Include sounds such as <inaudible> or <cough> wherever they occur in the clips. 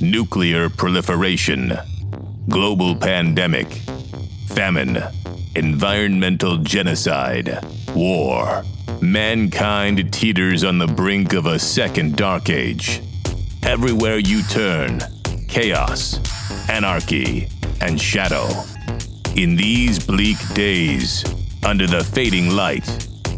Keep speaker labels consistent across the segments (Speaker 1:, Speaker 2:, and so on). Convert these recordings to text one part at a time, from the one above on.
Speaker 1: nuclear proliferation, global pandemic, famine, environmental genocide, war. Mankind teeters on the brink of a second dark age. Everywhere you turn, chaos, anarchy, and shadow. In these bleak days, under the fading light,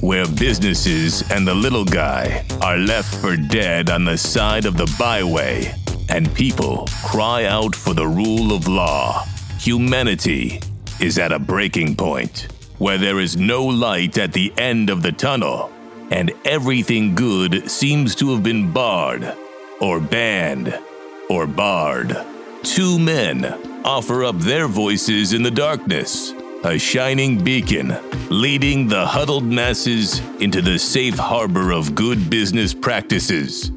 Speaker 1: where businesses and the little guy are left for dead on the side of the byway, and people cry out for the rule of law. Humanity is at a breaking point where there is no light at the end of the tunnel, and everything good seems to have been barred, or banned, or barred. Two men offer up their voices in the darkness, a shining beacon leading the huddled masses into the safe harbor of good business practices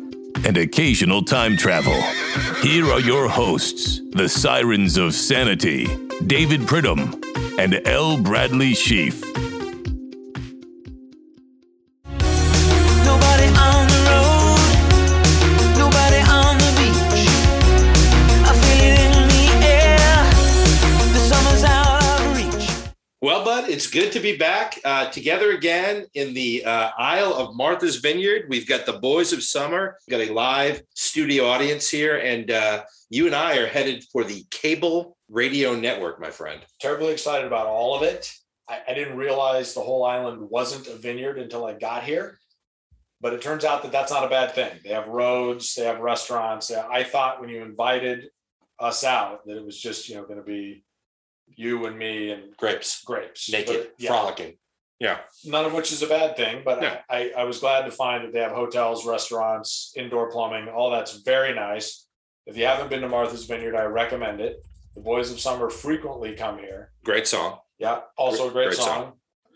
Speaker 1: and occasional time travel. Here are your hosts, the Sirens of Sanity, David Pridham and L. Bradley Sheaf.
Speaker 2: Nobody on the road, nobody on the beach. I feel it in the air. The summer's out of reach.
Speaker 3: Well, bud, it's good to be back uh, together again in the uh, Isle of Martha's Vineyard. We've got the Boys of Summer, We've got a live studio audience here, and uh, you and I are headed for the cable radio network, my friend.
Speaker 4: terribly excited about all of it. I, I didn't realize the whole island wasn't a vineyard until I got here. But it turns out that that's not a bad thing. They have roads, they have restaurants. I thought when you invited us out that it was just, you know, going to be you and me and
Speaker 3: Grapes,
Speaker 4: grapes.
Speaker 3: naked,
Speaker 4: But, yeah,
Speaker 3: frolicking.
Speaker 4: none of which is a bad thing, but
Speaker 3: No.
Speaker 4: I, I was glad to find that they have hotels, restaurants, indoor plumbing, all that's very nice. If you haven't been to Martha's Vineyard, I recommend it. The Boys of Summer frequently come here.
Speaker 3: Great song.
Speaker 4: Yeah, also a great,
Speaker 3: Great
Speaker 4: song.
Speaker 3: song.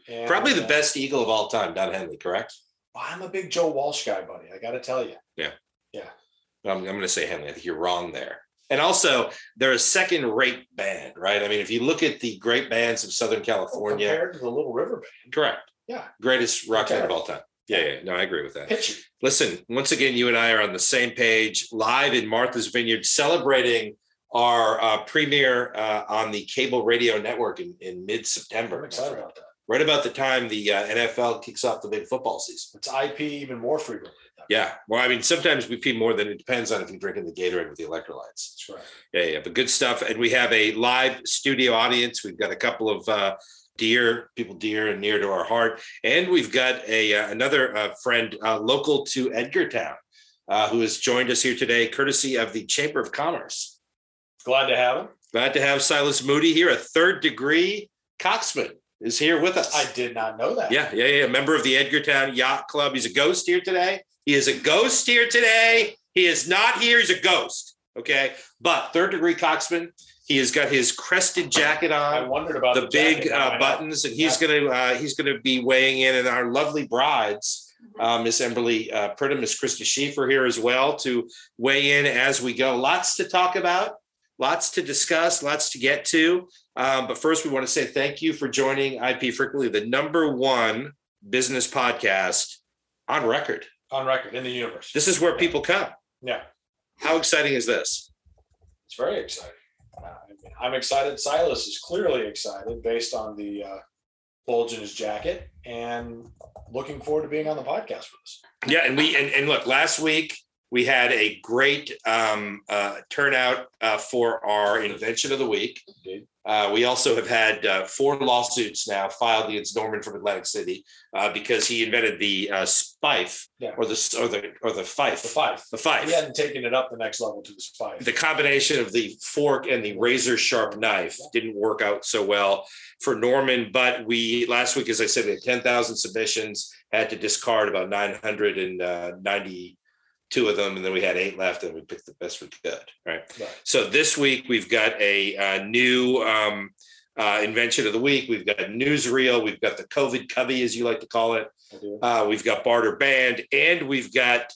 Speaker 4: And,
Speaker 3: Probably the
Speaker 4: uh,
Speaker 3: best Eagle of all time, Don Henley, correct?
Speaker 4: I'm a big Joe Walsh guy, buddy. I got to tell you.
Speaker 3: I'm, I'm going to say Henley. I think you're wrong there. And also, they're a second rate band, right? I mean, if you look at the great bands of Southern California,
Speaker 4: Compared to the Little River Band,
Speaker 3: correct.
Speaker 4: Yeah.
Speaker 3: Greatest rock band of
Speaker 4: Okay.
Speaker 3: all time. Yeah, yeah. No, I agree with that.
Speaker 4: pitchy.
Speaker 3: Listen, once again, you and I are on the same page, live in Martha's Vineyard, celebrating our uh, premiere uh, on the cable radio network in, in mid
Speaker 4: I'm
Speaker 3: September.
Speaker 4: excited about that.
Speaker 3: Right about the time the uh, NFL kicks off the big football season.
Speaker 4: It's IP even more frequently.
Speaker 3: Yeah. Well, I mean, sometimes we pee more than it depends on if you're drinking the Gatorade with the electrolytes.
Speaker 4: That's right.
Speaker 3: Yeah, yeah, but good stuff. And we have a live studio audience. We've got a couple of uh, dear people, dear and near to our heart, and we've got a uh, another uh, friend uh, local to Edgartown uh, who has joined us here today, courtesy of the Chamber of Commerce.
Speaker 4: Glad to have him.
Speaker 3: Glad to have Silas Moody here, a third degree coxman, is here with us.
Speaker 4: I did not know that.
Speaker 3: Yeah, yeah, yeah. A member of the Edgartown Yacht Club. He's a ghost here today. He is a ghost here today. He is not here. He's a ghost. Okay. But third degree coxman. He has got his crested jacket
Speaker 4: I
Speaker 3: on,
Speaker 4: wondered about the,
Speaker 3: the, big
Speaker 4: jacket. Now I
Speaker 3: uh,
Speaker 4: know.
Speaker 3: buttons, and he's gonna uh, he's gonna be weighing in. And our lovely brides, uh, Miss Emberly uh, Pridham, Miss Krista Schieffer here as well to weigh in as we go. Lots to talk about, lots to discuss, lots to get to. Um, but first, we want to say thank you for joining IP Frequently, the number one business podcast on record.
Speaker 4: on record in the universe.
Speaker 3: This is where people come.
Speaker 4: Yeah,
Speaker 3: How exciting is this?
Speaker 4: it's very exciting. Uh, I mean, I'm excited. Silas is clearly excited based on the uh, bulge in his jacket, and looking forward to being on the podcast with us.
Speaker 3: Yeah, and we and, and look, last week we had a great um, uh, turnout uh, for our invention of the week.
Speaker 4: Indeed.
Speaker 3: Uh, we also have had uh, four lawsuits now filed against Norman from Atlantic City uh, because he invented the uh, spife
Speaker 4: Yeah.
Speaker 3: or the or the or the fife,
Speaker 4: The five.
Speaker 3: the fife,
Speaker 4: He hadn't taken it up the next level to this five.
Speaker 3: the combination of the fork and the razor sharp knife didn't work out so well for Norman. But we last week, as I said, we had 10,000 submissions, had to discard about 992 uh, of them, and then we had eight left, and we picked the best we could. Right.
Speaker 4: Right.
Speaker 3: So this week, we've got a, uh new um, uh, invention of the week. We've got newsreel, we've got the COVID cubby, as you like to call it.
Speaker 4: I do.
Speaker 3: Uh, we've got Barter Band, and we've got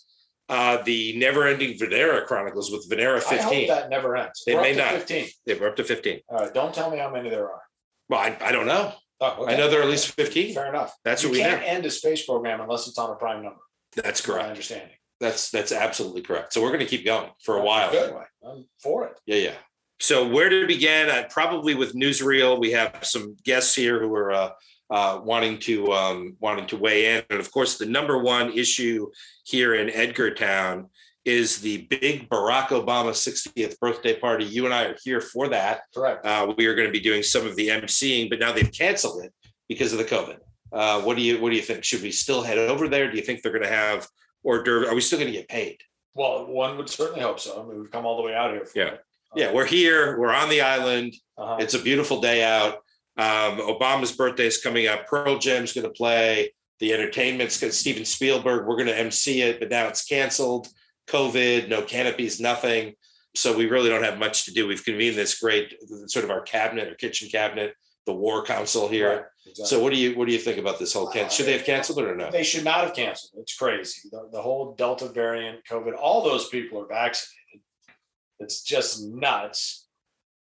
Speaker 3: uh, the Never Ending Venera Chronicles with Venera
Speaker 4: I hope
Speaker 3: 15.
Speaker 4: that never ends.
Speaker 3: It
Speaker 4: We're
Speaker 3: may
Speaker 4: up to
Speaker 3: not.
Speaker 4: 15.
Speaker 3: They were up to 15.
Speaker 4: All right. Don't tell me how many there are.
Speaker 3: Well, I, I don't know.
Speaker 4: Oh,
Speaker 3: I know there are at least 15.
Speaker 4: Fair enough.
Speaker 3: That's
Speaker 4: you
Speaker 3: what we
Speaker 4: can't
Speaker 3: have.
Speaker 4: end a space program unless it's on a prime number.
Speaker 3: That's
Speaker 4: That's my
Speaker 3: correct.
Speaker 4: understanding.
Speaker 3: That's that's absolutely correct. So we're going to keep going for a while.
Speaker 4: Good. I'm for it.
Speaker 3: Yeah, yeah. So where to begin? Uh, probably with newsreel. We have some guests here who are uh, uh, wanting to um, wanting to weigh in, and of course, the number one issue here in Edgartown is the big Barack Obama 60th birthday party. You and I are here for that.
Speaker 4: Correct.
Speaker 3: Uh, we are going to be doing some of the emceeing, but now they've canceled it because of the COVID. Uh, what do you What do you think? Should we still head over there? Do you think they're going to have hors d'oeuvres? Are we still going to get paid?
Speaker 4: Well, one would certainly hope so. I mean, we've come all the way out here. For
Speaker 3: Yeah.
Speaker 4: it.
Speaker 3: Yeah, we're here. We're on the island.
Speaker 4: Uh-huh.
Speaker 3: It's a beautiful day out. Um, Obama's birthday is coming up. Pearl Jam's going to play. The entertainment's going to Steven Spielberg. We're going to MC it, but now it's canceled. COVID, no canopies, nothing. So we really don't have much to do. We've convened this great sort of our cabinet or kitchen cabinet, the War Council here.
Speaker 4: Right, exactly.
Speaker 3: So what do you what do you think about this whole can? Should they have canceled it or no?
Speaker 4: they should not have canceled. It's crazy. The, the whole Delta variant, COVID, all those people are vaccinated. It's just nuts.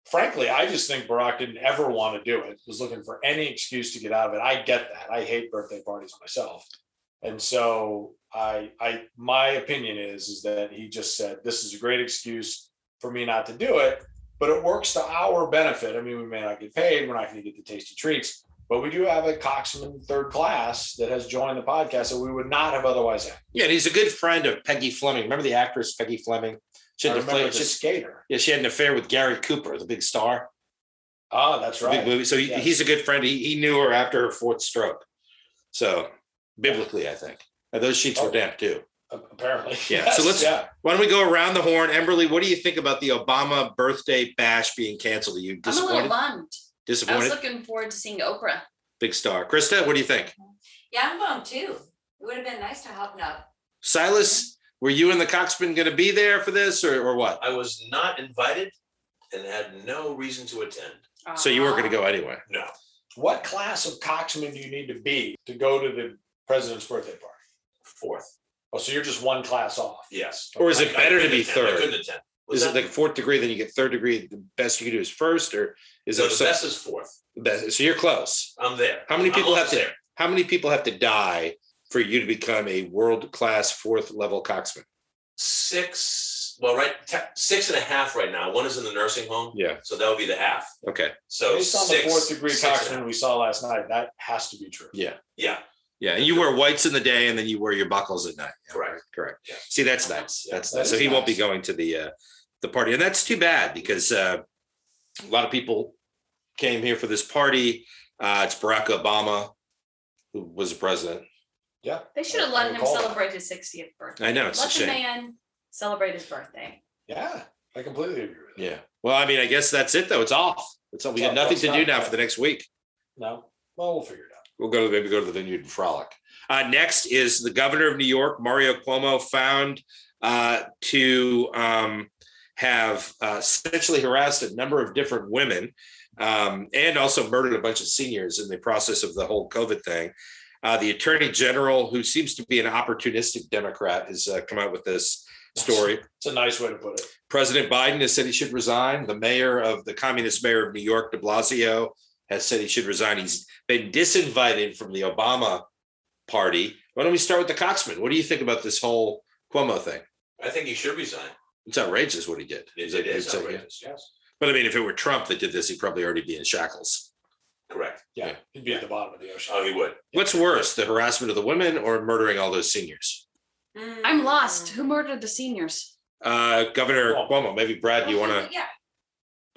Speaker 4: Frankly, I just think Barack didn't ever want to do it, was looking for any excuse to get out of it. I get that. I hate birthday parties myself. And so I I my opinion is is that he just said this is a great excuse for me not to do it, but it works to our benefit. I mean, we may not get paid, we're not going to get the tasty treats, but we do have a Coxman third class that has joined the podcast that we would not have otherwise had.
Speaker 3: Yeah, and he's a good friend of Peggy Fleming. Remember the actress Peggy Fleming? She
Speaker 4: I
Speaker 3: had, an
Speaker 4: remember
Speaker 3: affair,
Speaker 4: the
Speaker 3: she,
Speaker 4: skater.
Speaker 3: yeah, she had an affair with Gary Cooper, the big star.
Speaker 4: Ah, that's
Speaker 3: the big
Speaker 4: right.
Speaker 3: movie. So he,
Speaker 4: Yes.
Speaker 3: he's a good friend. He, he knew her after her fourth stroke. So biblically, I think Now, those sheets were
Speaker 4: Oh.
Speaker 3: damp too.
Speaker 4: A- Apparently.
Speaker 3: Yeah, so let's-
Speaker 4: yeah.
Speaker 3: Why don't we go around the horn, Emberly? What do you think about the Obama birthday bash being canceled? Are you
Speaker 5: I'm a little
Speaker 3: disappointed?
Speaker 5: bummed. I was
Speaker 3: Disappointed.
Speaker 5: looking forward to seeing Oprah.
Speaker 3: Big star, Krista. What do you think?
Speaker 6: Yeah, I'm bummed too. It would have been nice to hobnob.
Speaker 3: Silas, were you and the Coxman going to be there for this, or or what?
Speaker 7: I was not invited and had no reason to attend.
Speaker 3: So you weren't going to
Speaker 5: Aw.
Speaker 3: go anyway.
Speaker 7: No.
Speaker 4: What class of Coxman do you need to be to go to the president's birthday party?
Speaker 7: Fourth.
Speaker 4: Oh, so you're just one class off.
Speaker 7: Yes.
Speaker 3: Or is
Speaker 7: I-
Speaker 3: it
Speaker 7: I
Speaker 3: better to
Speaker 7: couldn't
Speaker 3: be
Speaker 7: attend. I
Speaker 3: third?
Speaker 7: couldn't attend. Was
Speaker 3: Is it
Speaker 7: that-
Speaker 3: like fourth degree, then you get third degree? The best you can do is first, or is
Speaker 7: No,
Speaker 3: there
Speaker 7: the
Speaker 3: some?
Speaker 7: best is fourth.
Speaker 3: best- So you're close.
Speaker 7: I'm there.
Speaker 3: How many
Speaker 7: I'm
Speaker 3: people have
Speaker 7: almost
Speaker 3: to-
Speaker 7: there?
Speaker 3: How many people have to die for you to become a world class fourth level coxman?
Speaker 7: Six, well, right, te- six and a half right now. One is in the nursing home,
Speaker 3: Yeah.
Speaker 7: so that would be the half.
Speaker 3: Okay.
Speaker 7: So
Speaker 4: Based on the
Speaker 7: six-
Speaker 4: fourth degree
Speaker 7: six and a
Speaker 4: Coxman
Speaker 7: half.
Speaker 4: we saw last night, that has to be true.
Speaker 3: Yeah.
Speaker 7: Yeah,
Speaker 3: Yeah. And you wear whites in the day and then you wear your buckles at night. Yeah,
Speaker 7: Correct.
Speaker 3: Correct.
Speaker 7: Yeah.
Speaker 3: See, that's nice.
Speaker 7: Yeah,
Speaker 3: That's
Speaker 4: that
Speaker 3: nice. So
Speaker 4: is
Speaker 3: he won't be
Speaker 4: nice.
Speaker 3: going to the uh the party. And that's too bad because uh a lot of people came here for this party. Uh it's Barack Obama who was the president.
Speaker 4: Yeah.
Speaker 5: They should have
Speaker 4: I
Speaker 5: let him
Speaker 4: recall that.
Speaker 5: celebrate his 60th birthday.
Speaker 3: I know it's a
Speaker 5: Let the
Speaker 3: shame.
Speaker 5: man celebrate his birthday.
Speaker 4: Yeah. I completely agree with that.
Speaker 3: Yeah. Well, I mean, I guess that's it though. It's off. It's all we
Speaker 4: It's
Speaker 3: got
Speaker 4: off.
Speaker 3: nothing
Speaker 4: It's
Speaker 3: to do
Speaker 4: not-
Speaker 3: now for the next week.
Speaker 4: No. Well, we'll figure it out.
Speaker 3: We'll go to maybe go to the vineyard and frolic. Uh, next is the governor of New York, Mario Cuomo, found uh, to um, have uh, sexually harassed a number of different women um, and also murdered a bunch of seniors in the process of the whole COVID thing. Uh, the attorney general, who seems to be an opportunistic Democrat, has uh, come out with this story.
Speaker 4: It's a nice way to put it.
Speaker 3: President Biden has said he should resign. The mayor of the communist mayor of New York, de Blasio, has said he should resign. He's been disinvited from the Obama party. Why don't we start with the Coxman? What do you think about this whole Cuomo thing?
Speaker 7: I think he should resign.
Speaker 3: It's outrageous what he did.
Speaker 7: It it is
Speaker 3: It's outrageous.
Speaker 7: outrageous. Yes,
Speaker 3: But I mean, if it were Trump that did this, he'd probably already be in shackles.
Speaker 7: correct.
Speaker 4: Yeah.
Speaker 3: Yeah.
Speaker 4: He'd be at the bottom of the ocean.
Speaker 7: Oh, he would.
Speaker 3: What's worse, the harassment of the women or murdering all those seniors?
Speaker 5: I'm lost. Who murdered the seniors?
Speaker 3: Uh, Governor
Speaker 4: Cuomo.
Speaker 3: Cuomo, maybe Brad, you want to?
Speaker 6: Yeah,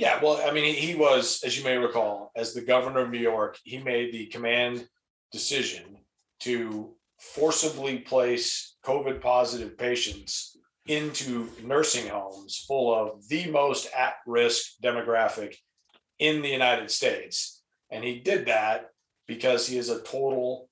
Speaker 4: Yeah, well, I mean, he- he was, as you may recall, as the governor of New York, he made the command decision to forcibly place COVID positive patients into nursing homes full of the most at risk demographic in the United States. And he did that because he is a total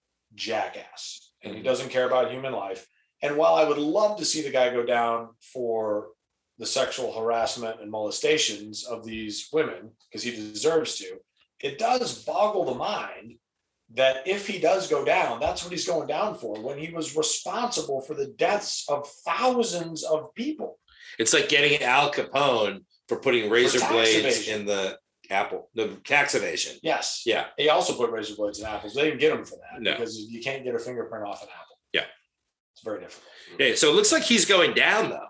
Speaker 4: jackass and he
Speaker 3: Mhm.
Speaker 4: doesn't care about human life. And while I would love to see the guy go down for the sexual harassment and molestations of these women because he deserves to. It does boggle the mind that if he does go down, that's what he's going down for when he was responsible for the deaths of thousands of people.
Speaker 3: It's like getting Al Capone for putting razor
Speaker 4: tax
Speaker 3: blades
Speaker 4: evasion.
Speaker 3: in the apple, the tax evasion.
Speaker 4: Yes.
Speaker 3: Yeah.
Speaker 4: He also put razor blades in apples. They didn't get him for that
Speaker 3: No.
Speaker 4: because you can't get a fingerprint off an apple.
Speaker 3: Yeah.
Speaker 4: It's very difficult.
Speaker 3: Yeah, so it looks like he's going down though.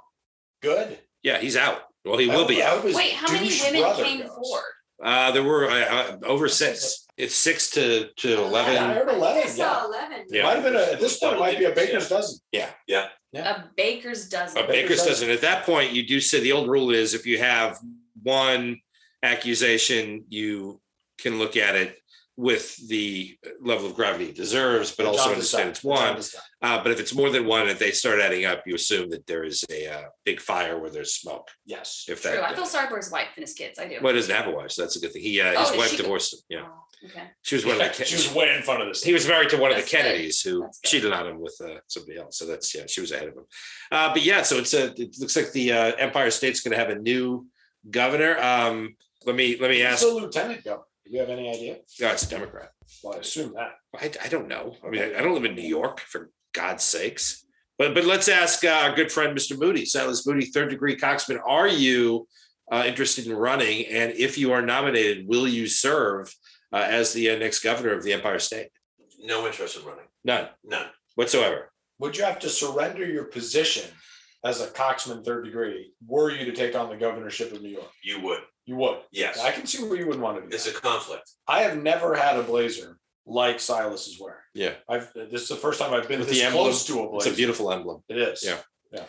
Speaker 4: Good.
Speaker 3: Yeah, he's out. Well, he will be out.
Speaker 5: Wait, how many women came forward?
Speaker 3: Uh, there were uh, uh, over six. It's six to to
Speaker 4: I
Speaker 3: eleven.
Speaker 4: heard
Speaker 6: I
Speaker 4: eleven. Yeah.
Speaker 6: saw eleven.
Speaker 3: Yeah.
Speaker 4: Might have been a, at this point, it might be a
Speaker 7: Double
Speaker 4: baker's dozen.
Speaker 5: A baker's dozen.
Speaker 3: A baker's dozen. At that point, you do say the old rule is if you have one accusation, you can look at it with the level of gravity it deserves, but
Speaker 4: The
Speaker 3: also
Speaker 4: job is
Speaker 3: understand
Speaker 4: done.
Speaker 3: it's
Speaker 4: The job
Speaker 3: one.
Speaker 4: is done.
Speaker 3: Uh, but if it's more than one, if they start adding up, you assume that there is a uh, big fire where there's smoke.
Speaker 4: Yes.
Speaker 3: If
Speaker 5: True. I
Speaker 3: that,
Speaker 5: feel sorry for his wife and his kids. I do.
Speaker 3: well, he doesn't have a wife, so that's a good thing. He uh,
Speaker 5: Oh,
Speaker 3: his
Speaker 5: is
Speaker 3: wife
Speaker 5: she-
Speaker 3: divorced him. Yeah,
Speaker 5: Oh, Okay.
Speaker 3: she was one of the.
Speaker 4: She was way in front of this.
Speaker 3: He was married to one of the
Speaker 5: That's good.
Speaker 3: Kennedys who
Speaker 5: That's good.
Speaker 3: cheated on him with uh, somebody else. So that's yeah, she was ahead of him. Uh, but yeah, so it's a. It looks like the uh, Empire State's going to have a new governor. Um, let me let me
Speaker 4: He's
Speaker 3: ask.
Speaker 4: a lieutenant governor. Do you have any idea?
Speaker 3: No, it's a Democrat.
Speaker 4: Well, I assume that.
Speaker 3: I, I don't know. I mean, I don't live in New York for God's sakes. But but let's ask uh, our good friend Mr. Moody, Silas Moody, third degree Coxman. Are you uh, interested in running? And if you are nominated, will you serve uh, as the uh, next governor of the Empire State?
Speaker 7: No interest in running.
Speaker 3: None
Speaker 7: None.
Speaker 3: whatsoever.
Speaker 4: Would you have to surrender your position as a coxman third degree were you to take on the governorship of New York?
Speaker 7: You would.
Speaker 4: You would.
Speaker 7: Yes.
Speaker 4: I can see where you would want to do
Speaker 7: It's a
Speaker 4: that.
Speaker 7: conflict.
Speaker 4: I have never had a blazer like Silas is wearing.
Speaker 3: Yeah.
Speaker 4: I've this is the first time I've been
Speaker 3: With
Speaker 4: this
Speaker 3: the emblem.
Speaker 4: close to a
Speaker 3: It's a
Speaker 4: blazer.
Speaker 3: beautiful emblem.
Speaker 4: It is.
Speaker 3: Yeah.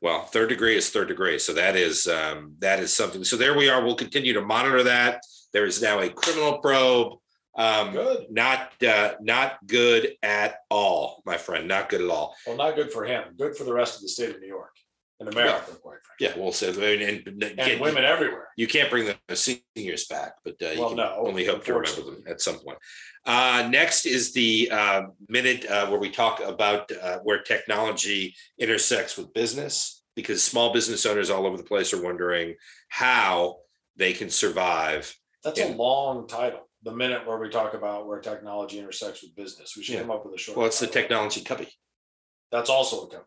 Speaker 3: Well, third degree is third degree. So that is um, that is something. So there we are. We'll continue to monitor that. There is now a criminal probe. Um,
Speaker 4: Good.
Speaker 3: not uh, not good at all, my friend. Not good at all.
Speaker 4: Well, not good for him. Good for the rest of the state of New York and America, quite frankly.
Speaker 3: Yeah, we'll say. And, and,
Speaker 4: And
Speaker 3: again,
Speaker 4: women everywhere.
Speaker 3: You can't bring the seniors back, but uh, you
Speaker 4: Well,
Speaker 3: can
Speaker 4: no,
Speaker 3: only hope to remember them
Speaker 4: unfortunately.
Speaker 3: at some point. Uh, next is the uh, minute uh, where we talk about uh, where technology intersects with business, because small business owners all over the place are wondering how they can survive.
Speaker 4: That's
Speaker 3: Yeah.
Speaker 4: a long title. The minute where we talk about where technology intersects with business, we should
Speaker 3: Yeah.
Speaker 4: come up with a short.
Speaker 3: Well, it's the
Speaker 4: title.
Speaker 3: technology cubby.
Speaker 4: That's also a company.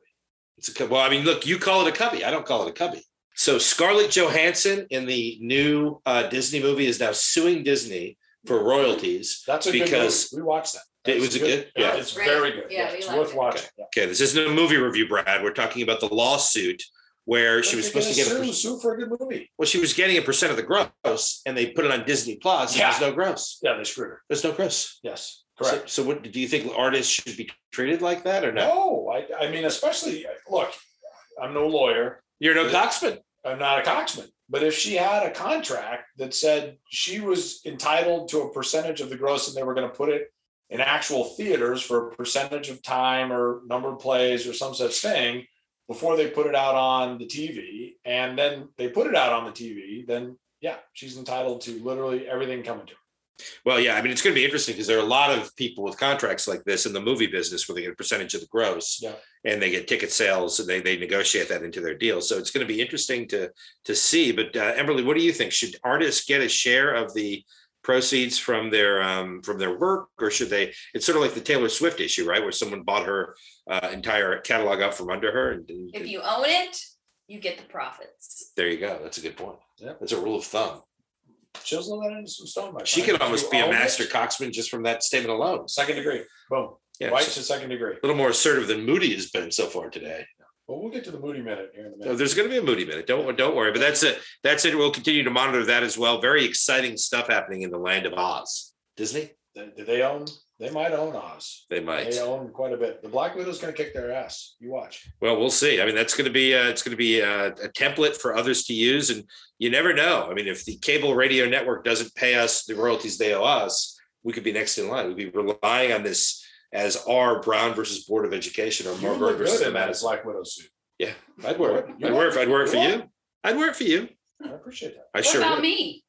Speaker 3: It's a cub- well, I mean, look, you call it a cubby. I don't call it a cubby. So Scarlett Johansson in the new uh, Disney movie is now suing Disney for royalties
Speaker 4: That's a
Speaker 3: Because-
Speaker 4: good movie. we watched that.
Speaker 3: It was a good- yeah.
Speaker 4: It's
Speaker 6: Great.
Speaker 4: very good.
Speaker 6: Yeah,
Speaker 4: Yeah,
Speaker 6: we
Speaker 4: it's
Speaker 6: liked
Speaker 4: worth
Speaker 6: it.
Speaker 4: watching. Yeah.
Speaker 3: Okay, this isn't a movie review, Brad. We're talking about the lawsuit where she was
Speaker 4: If you're
Speaker 3: supposed to get a
Speaker 4: gonna sue,
Speaker 3: per-
Speaker 4: sue for a good movie.
Speaker 3: well, she was getting a percent of the gross, and they put it on Disney Plus. and
Speaker 4: Yeah.
Speaker 3: There's no gross.
Speaker 4: Yeah, they screwed her.
Speaker 3: There's no gross.
Speaker 4: Yes,
Speaker 3: So-
Speaker 4: correct.
Speaker 3: So, what do you think artists should be treated like that or no?
Speaker 4: No, I, I mean, especially look, I'm no lawyer.
Speaker 3: You're no coxman.
Speaker 4: I'm not a coxman. But if she had a contract that said she was entitled to a percentage of the gross and they were going to put it in actual theaters for a percentage of time or number of plays or some such thing before they put it out on the TV, and then they put it out on the TV, then yeah, she's entitled to literally everything coming to her.
Speaker 3: Well, yeah. I mean, it's going to be interesting because there are a lot of people with contracts like this in the movie business where they get a percentage of the gross,
Speaker 4: Yeah.
Speaker 3: and they get ticket sales, and they they negotiate that into their deal. So it's going to be interesting to to see. But uh, Emberly, what do you think? Should artists get a share of the proceeds from their um, from their work, or should they? It's sort of like the Taylor Swift issue, right, where someone bought her uh, entire catalog up from under her. And, and-
Speaker 5: If you own it, you get the profits.
Speaker 3: there you go. That's a good point.
Speaker 4: Yeah.
Speaker 3: That's a rule of thumb. Uh,
Speaker 4: Chisel that into some stone. my
Speaker 3: She
Speaker 4: friend.
Speaker 3: could
Speaker 4: If you
Speaker 3: almost be a
Speaker 4: own it,
Speaker 3: master coxman just from that statement alone.
Speaker 4: Second degree. Boom.
Speaker 3: Yeah,
Speaker 4: White's
Speaker 3: so-
Speaker 4: a second degree.
Speaker 3: a little more assertive than Moody has been so far today.
Speaker 4: But we'll get to the Moody Minute here in a minute.
Speaker 3: No, there's going to be a Moody minute. Don't don't worry. But that's it. That's it. We'll continue to monitor that as well. Very exciting stuff happening in the land of Oz. Disney,
Speaker 4: They- Do they own? They might own Oz.
Speaker 3: they might.
Speaker 4: They own quite a bit. The Black Widow's going to kick their ass. You watch.
Speaker 3: Well, we'll see. I mean, that's going to be uh, it's going to be uh, a template for others to use, and you never know. I mean, if the cable radio network doesn't pay us the royalties they owe us, we could be next in line. We'd be relying on this as our Brown versus Board of Education or
Speaker 4: You
Speaker 3: Marbury
Speaker 4: look
Speaker 3: versus
Speaker 4: good
Speaker 3: the
Speaker 4: in that
Speaker 3: Madison.
Speaker 4: Black Widow suit.
Speaker 3: I'd wear it.
Speaker 4: You
Speaker 3: I'd wear it. if I'd wear it for
Speaker 4: You
Speaker 3: you. I'd wear it for you.
Speaker 4: I appreciate that.
Speaker 3: I
Speaker 5: What
Speaker 3: sure
Speaker 5: about
Speaker 3: would.
Speaker 5: me?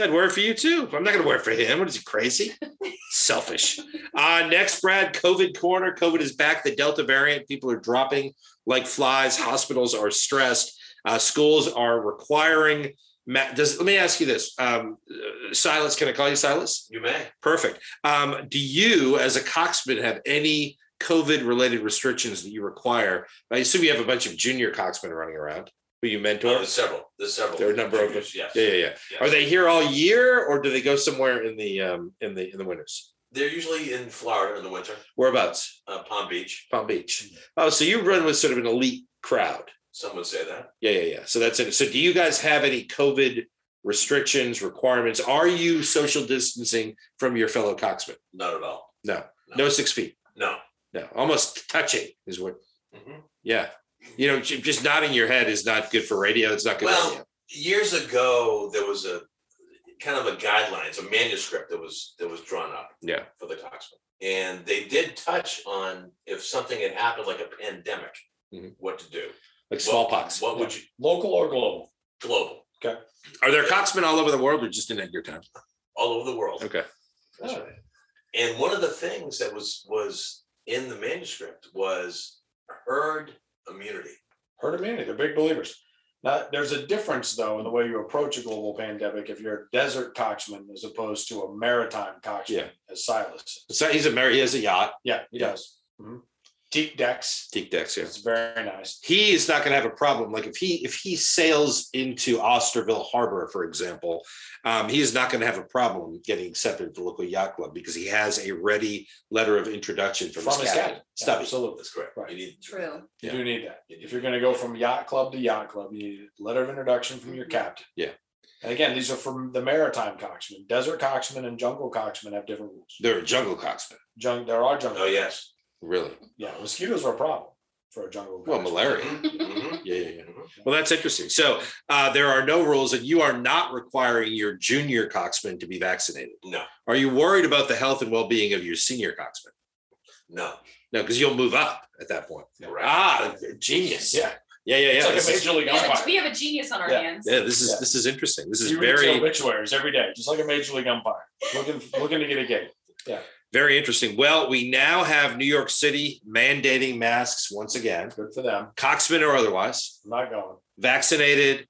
Speaker 3: I'd wear it for you too. I'm not going to wear it for him. What is he crazy? Selfish. Uh, next, Brad, COVID corner. COVID is back. The Delta variant. People are dropping like flies. Hospitals are stressed. Uh, schools are requiring. Ma- does let me ask you this, um, uh, Silas? Can I call you Silas?
Speaker 7: You may.
Speaker 3: Perfect. Um, do you, as a coxman, have any COVID-related restrictions that you require? I assume you have a bunch of junior coxmen running around who you mentor.
Speaker 7: Uh, There's several. There's several.
Speaker 3: There are a number of them.
Speaker 7: Yes.
Speaker 3: Yeah, yeah, yeah.
Speaker 7: yes.
Speaker 3: Are they here all year, or do they go somewhere in the um in the in the winters?
Speaker 7: They're usually in Florida in the winter,
Speaker 3: Whereabouts?
Speaker 7: uh, Palm Beach.
Speaker 3: Palm Beach. Oh, so you run with sort of an elite crowd.
Speaker 7: Some would say that.
Speaker 3: Yeah, yeah, yeah. So that's it. So do you guys have any COVID restrictions, requirements? Are you social distancing from your fellow coxswain?
Speaker 7: Not at all.
Speaker 3: No six feet.
Speaker 7: No.
Speaker 3: No, almost touching is what. Mm-hmm.
Speaker 7: Mhm.
Speaker 3: Yeah. You know, ju- just nodding your head is not good for radio. It's not good.
Speaker 7: Well,
Speaker 3: radio.
Speaker 7: Years ago, there was a kind of a guidelines, a manuscript that was that was drawn up.
Speaker 3: Yeah.
Speaker 7: For the coxswain, and they did touch on if something had happened like a pandemic,
Speaker 3: Mhm.
Speaker 7: what to do.
Speaker 3: like
Speaker 7: What-
Speaker 3: smallpox.
Speaker 7: What would you
Speaker 4: Local or global?
Speaker 7: global
Speaker 3: Are there coxmen all over the world or just in your town?
Speaker 7: all over the world?
Speaker 3: Okay.
Speaker 7: That's right. And one of the things that was was in the manuscript was herd immunity.
Speaker 4: Herd immunity. They're big believers. Now, there's a difference though in the way you approach a global pandemic if you're a desert coxman as opposed to a maritime coxman,
Speaker 3: Yeah.
Speaker 4: as Silas.
Speaker 3: So he's a Mar- he has a yacht,
Speaker 4: Yeah, he
Speaker 3: Yeah.
Speaker 4: does. Mhm. Teak decks.
Speaker 3: Teak Decks. Yeah.
Speaker 4: It's very nice.
Speaker 3: He is not going to have a problem. Like if he if he sails into Osterville Harbor, for example, um, he is not going to have a problem getting accepted at the local yacht club because he has a ready letter of introduction from, his, captain. Stubby.
Speaker 4: Absolutely.
Speaker 7: Oh, That's correct.
Speaker 4: Right.
Speaker 7: You need
Speaker 5: True.
Speaker 4: You
Speaker 3: Yeah.
Speaker 4: do need that. If you're gonna go from yacht club to yacht club, you need a letter of introduction from your captain.
Speaker 3: Mm-hmm. Yeah.
Speaker 4: And again, these are from the maritime coxman. Desert coxman and jungle coxman have different rules.
Speaker 3: They're a jungle coxman,
Speaker 4: Jung, there are jungle.
Speaker 7: Oh yes.
Speaker 3: really.
Speaker 4: Yeah, mosquitoes are a problem for a jungle.
Speaker 3: Well,
Speaker 4: coxman.
Speaker 3: malaria.
Speaker 7: Mhm.
Speaker 3: Yeah, yeah, yeah.
Speaker 7: Mhm.
Speaker 3: Well, that's interesting. So uh, there are no rules, and you are not requiring your junior coxman to be vaccinated.
Speaker 7: No,
Speaker 3: Are you worried about the health and well-being of your senior coxman?
Speaker 7: no.
Speaker 3: No, because you'll move up at that point.
Speaker 7: Right.
Speaker 3: Ah, genius.
Speaker 4: Yeah.
Speaker 3: yeah, yeah, yeah.
Speaker 4: It's like
Speaker 3: This
Speaker 4: a
Speaker 3: is,
Speaker 4: major league
Speaker 5: We have a,
Speaker 4: umpire.
Speaker 5: we have a genius on our
Speaker 4: Yeah.
Speaker 5: hands.
Speaker 3: yeah, this is
Speaker 4: Yeah.
Speaker 3: this is interesting. This is
Speaker 4: You read the
Speaker 3: very
Speaker 4: obituaries every day, just like a major league umpire, looking looking to get a gig.
Speaker 3: very interesting. Well, we now have New York City mandating masks once again,
Speaker 4: Good for them.
Speaker 3: coxman or otherwise.
Speaker 4: I'm not going.
Speaker 3: vaccinated,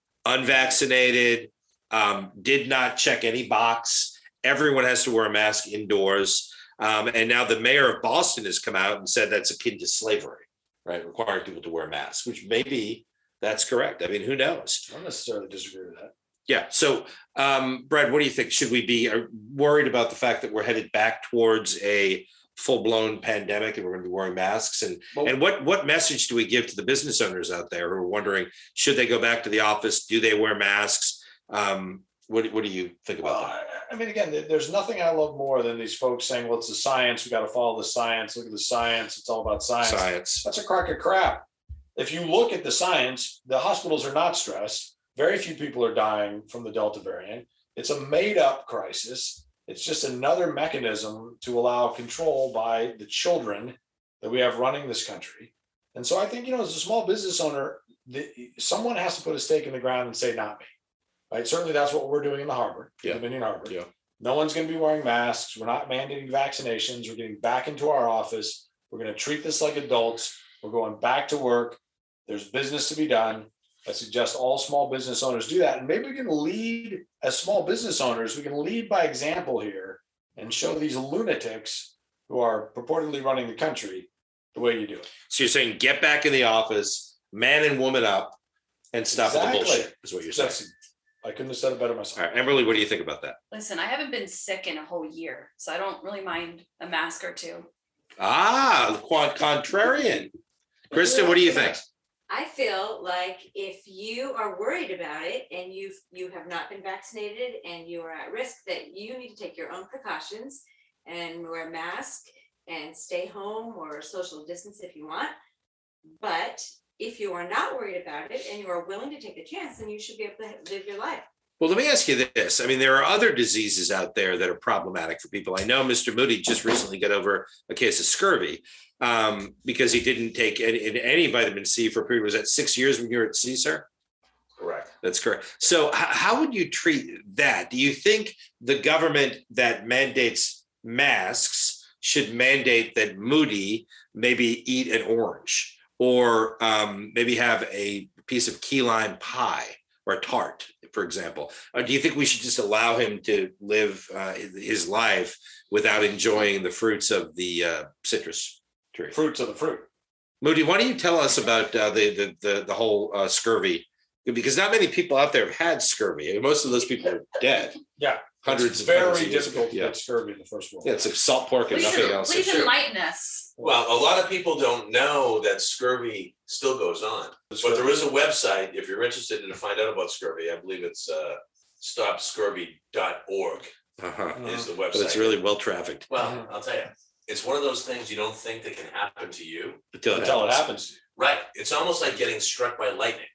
Speaker 3: unvaccinated, um, did not check any box. Everyone has to wear a mask indoors. Um, and now the mayor of Boston has come out and said that's akin to slavery, right? Requiring people to wear masks, which maybe that's correct. I mean, who knows?
Speaker 4: I don't necessarily disagree with that.
Speaker 3: Yeah. So, um, Brad, what do you think? Should we be uh, worried about the fact that we're headed back towards a full blown pandemic and we're going to be wearing masks? And
Speaker 4: Well-
Speaker 3: and what what message do we give to the business owners out there who are wondering should they go back to the office? Do they wear masks? Um, what what do you think
Speaker 4: Well,
Speaker 3: about that?
Speaker 4: I, I mean, again, there- there's nothing I love more than these folks saying, "Well, it's the science. We got to follow the science. Look at the science. It's all about science."
Speaker 3: Science.
Speaker 4: That's a crock of crap. If you look at the science, the hospitals are not stressed. Very few people are dying from the Delta variant. It's a made up crisis. It's just another mechanism to allow control by the children that we have running this country. And so I think, you know, as a small business owner, the, someone has to put a stake in the ground and say, not me. Right. Certainly that's what we're doing in the harbor,
Speaker 3: Yeah.
Speaker 4: Dominion Harbor.
Speaker 3: Yeah.
Speaker 4: No one's going to be wearing masks. We're not mandating vaccinations. We're getting back into our office. We're going to treat this like adults. We're going back to work. There's business to be done. I suggest all small business owners do that. And maybe we can lead as small business owners, we can lead by example here and show these lunatics who are purportedly running the country the way you do it.
Speaker 3: So you're saying get back in the office, man and woman up, and stop
Speaker 4: Exactly.
Speaker 3: with the bullshit is what you're saying.
Speaker 4: That's- I couldn't have said it better myself.
Speaker 3: All right, Emily, what do you think about that?
Speaker 5: Listen, I haven't been sick in a whole year, so I don't really mind a mask or two.
Speaker 3: Ah, quant contrarian. Kristen, what do you think?
Speaker 6: I feel like if you are worried about it and you've, you have not been vaccinated and you are at risk, that you need to take your own precautions and wear a mask and stay home or social distance if you want. But if you are not worried about it and you are willing to take a chance, then you should be able to live your life.
Speaker 3: Well, let me ask you this. I mean, there are other diseases out there that are problematic for people. I know Mr. Moody just recently got over a case of scurvy um, because he didn't take any, in any vitamin C for a period. Was that six years when you were at C, sir?
Speaker 7: Correct.
Speaker 3: That's correct. So, h- how would you treat that? Do you think the government that mandates masks should mandate that Moody maybe eat an orange or um, maybe have a piece of key lime pie or a tart, for example? Or do you think we should just allow him to live uh, his life without enjoying the fruits of the uh, citrus tree?
Speaker 4: Fruits of the fruit.
Speaker 3: Moody, why don't you tell us about uh, the, the the the whole uh, scurvy? Because not many people out there have had scurvy. I mean, most of those people are dead.
Speaker 4: Yeah.
Speaker 3: hundreds
Speaker 4: It's
Speaker 3: and hundreds
Speaker 4: very
Speaker 3: of years ago.
Speaker 4: difficult to
Speaker 3: Yeah.
Speaker 4: get scurvy in the first world.
Speaker 3: Yeah, it's like salt pork and
Speaker 5: Please,
Speaker 3: nothing
Speaker 5: en-
Speaker 3: else.
Speaker 5: please
Speaker 7: sure.
Speaker 5: enlighten us.
Speaker 7: Well, a lot of people don't know that scurvy still goes on, but there is a website if you're interested in to find out about scurvy. I believe it's uh, stopscurvy.org
Speaker 3: Uh-huh.
Speaker 7: is the
Speaker 3: But it's
Speaker 7: website.
Speaker 3: really well trafficked
Speaker 7: well, I'll tell you, it's one of those things you don't think that can happen to you.
Speaker 3: until it
Speaker 4: Until it
Speaker 3: happens.
Speaker 4: happens. to you.
Speaker 7: Right. It's almost like getting struck by lightning.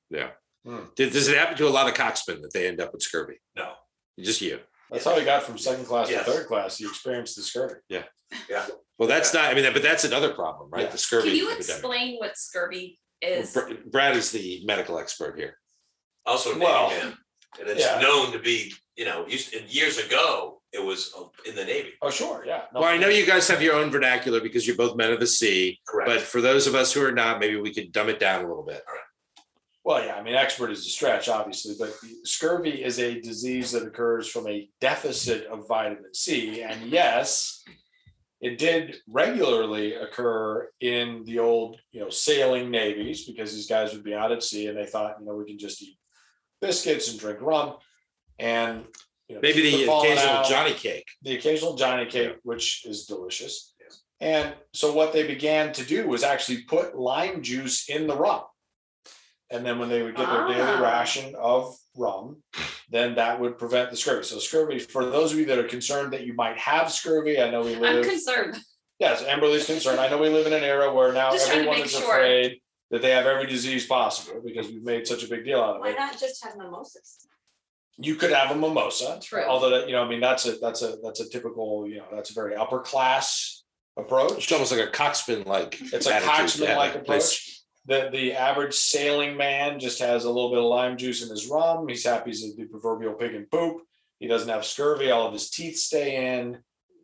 Speaker 3: Did- Does it happen to a lot of coxmen that they end up with scurvy?
Speaker 7: No.
Speaker 3: Just you.
Speaker 4: That's how he got from second class to
Speaker 7: Yes.
Speaker 4: third class. He experienced the scurvy.
Speaker 3: Well, that's not, I mean, but that's another problem, right?
Speaker 4: Yeah.
Speaker 3: The
Speaker 5: Can
Speaker 3: scurvy
Speaker 5: you
Speaker 3: epidemic.
Speaker 5: explain what scurvy is?
Speaker 3: Br- Brad is the medical expert here.
Speaker 7: Also named
Speaker 4: Well,
Speaker 7: him. And it's
Speaker 4: yeah.
Speaker 7: known to be, you know, used, and years ago, it was uh, in the Navy.
Speaker 4: Oh, sure, yeah. No,
Speaker 3: Well, I know you guys have your own vernacular because you're both men of the sea,
Speaker 7: Correct.
Speaker 3: but for those of us who are not, maybe we could dumb it down a little bit.
Speaker 4: Well, yeah, I mean, expert is a stretch, obviously, but scurvy is a disease that occurs from a deficit of vitamin C. And yes, it did regularly occur in the old, you know, sailing navies because these guys would be out at sea and they thought, you know, we can just eat biscuits and drink rum. And you know,
Speaker 3: Maybe
Speaker 4: keep
Speaker 3: the
Speaker 4: it falling
Speaker 3: occasional
Speaker 4: out
Speaker 3: Johnny cake.
Speaker 4: the occasional Johnny cake, which is delicious. And so what they began to do was actually put lime juice in the rum. And then when they would get their
Speaker 5: Ah.
Speaker 4: daily ration of rum, then that would prevent the scurvy. So scurvy, for those of you that are concerned that you might have scurvy, I know we
Speaker 5: I'm
Speaker 4: live.
Speaker 5: concerned.
Speaker 4: Yes, Amberly's concerned. I know we live in an era where now
Speaker 5: Just trying to
Speaker 4: everyone
Speaker 5: make
Speaker 4: is
Speaker 5: sure.
Speaker 4: afraid that they have every disease possible because we've made such a big deal out of
Speaker 6: Why
Speaker 4: it.
Speaker 6: not just have mimosas?
Speaker 4: You could have a mimosa.
Speaker 5: True.
Speaker 4: Although that, you know, I mean, that's a, that's a, that's a typical, you know, that's a very upper class
Speaker 3: It's
Speaker 4: approach.
Speaker 3: almost like a coxman like.
Speaker 4: It's a coxman like approach. The, the average sailing man just has a little bit of lime juice in his rum. He's happy as the proverbial pig in poop. He doesn't have scurvy. All of his teeth stay in.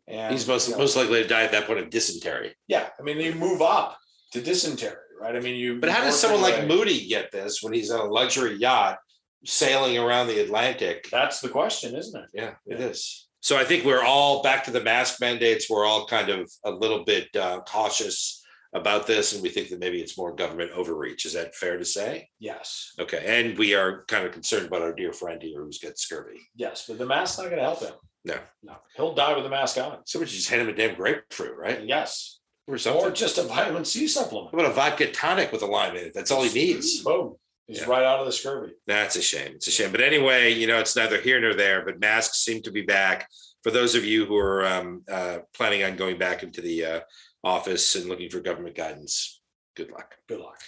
Speaker 4: And
Speaker 3: He's most,
Speaker 4: you know,
Speaker 3: most likely to die at that point of dysentery.
Speaker 4: yeah. I mean, you move up to dysentery, right? I mean, you.
Speaker 3: But how
Speaker 4: you
Speaker 3: does
Speaker 4: work
Speaker 3: someone
Speaker 4: your
Speaker 3: like
Speaker 4: way-
Speaker 3: Moody get this when he's on a luxury yacht sailing around the Atlantic?
Speaker 4: That's the question, isn't it?
Speaker 3: Yeah, it
Speaker 4: Yeah.
Speaker 3: is. So I think we're all back to the mask mandates. We're all kind of a little bit uh, cautious about this, and we think that maybe it's more government overreach. Is that fair to say?
Speaker 4: Yes.
Speaker 3: Okay, and we are kind of concerned about our dear friend here who's got scurvy.
Speaker 4: Yes. But the mask's not going to help him.
Speaker 3: No.
Speaker 4: No. He'll die with the mask on.
Speaker 3: Somebody should just hand him a damn grapefruit, right?
Speaker 4: Yes.
Speaker 3: Or something.
Speaker 4: Or just a vitamin C supplement.
Speaker 3: How about a vodka tonic with a lime in it? That's all he needs.
Speaker 4: Boom. He's
Speaker 3: Yeah.
Speaker 4: right out of the scurvy.
Speaker 3: That's a shame. It's a shame. But anyway, you know, it's neither here nor there. But masks seem to be back. For those of you who are um, uh, planning on going back into the uh, office and looking for government guidance, good luck.
Speaker 4: Good luck.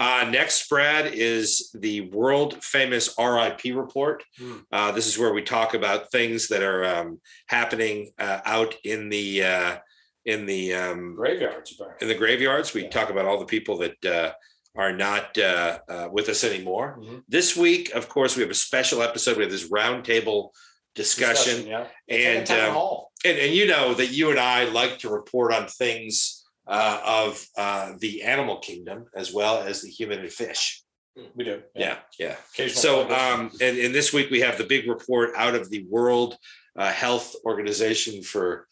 Speaker 3: Uh, next, Brad, is the world famous RIP report.
Speaker 4: Hmm.
Speaker 3: Uh, this is where we talk about things that are um, happening uh, out in the uh, in the um,
Speaker 4: Graveyards, apparently.
Speaker 3: in the graveyards. We
Speaker 4: Yeah.
Speaker 3: talk about all the people that uh, are not uh, uh, with us anymore.
Speaker 4: Mhm.
Speaker 3: This week, of course, we have a special episode. We have this roundtable discussion,
Speaker 4: yeah.
Speaker 3: and,
Speaker 4: It's like a town
Speaker 3: um,
Speaker 4: hall.
Speaker 3: and and you know that you and I like to report on things uh, of uh, the animal kingdom as well as the human and fish.
Speaker 4: Hmm, we do.
Speaker 3: Yeah, yeah.
Speaker 4: Occasional
Speaker 3: So,
Speaker 4: progress.
Speaker 3: um, and, and this week we have the big report out of the World uh, Health Organization for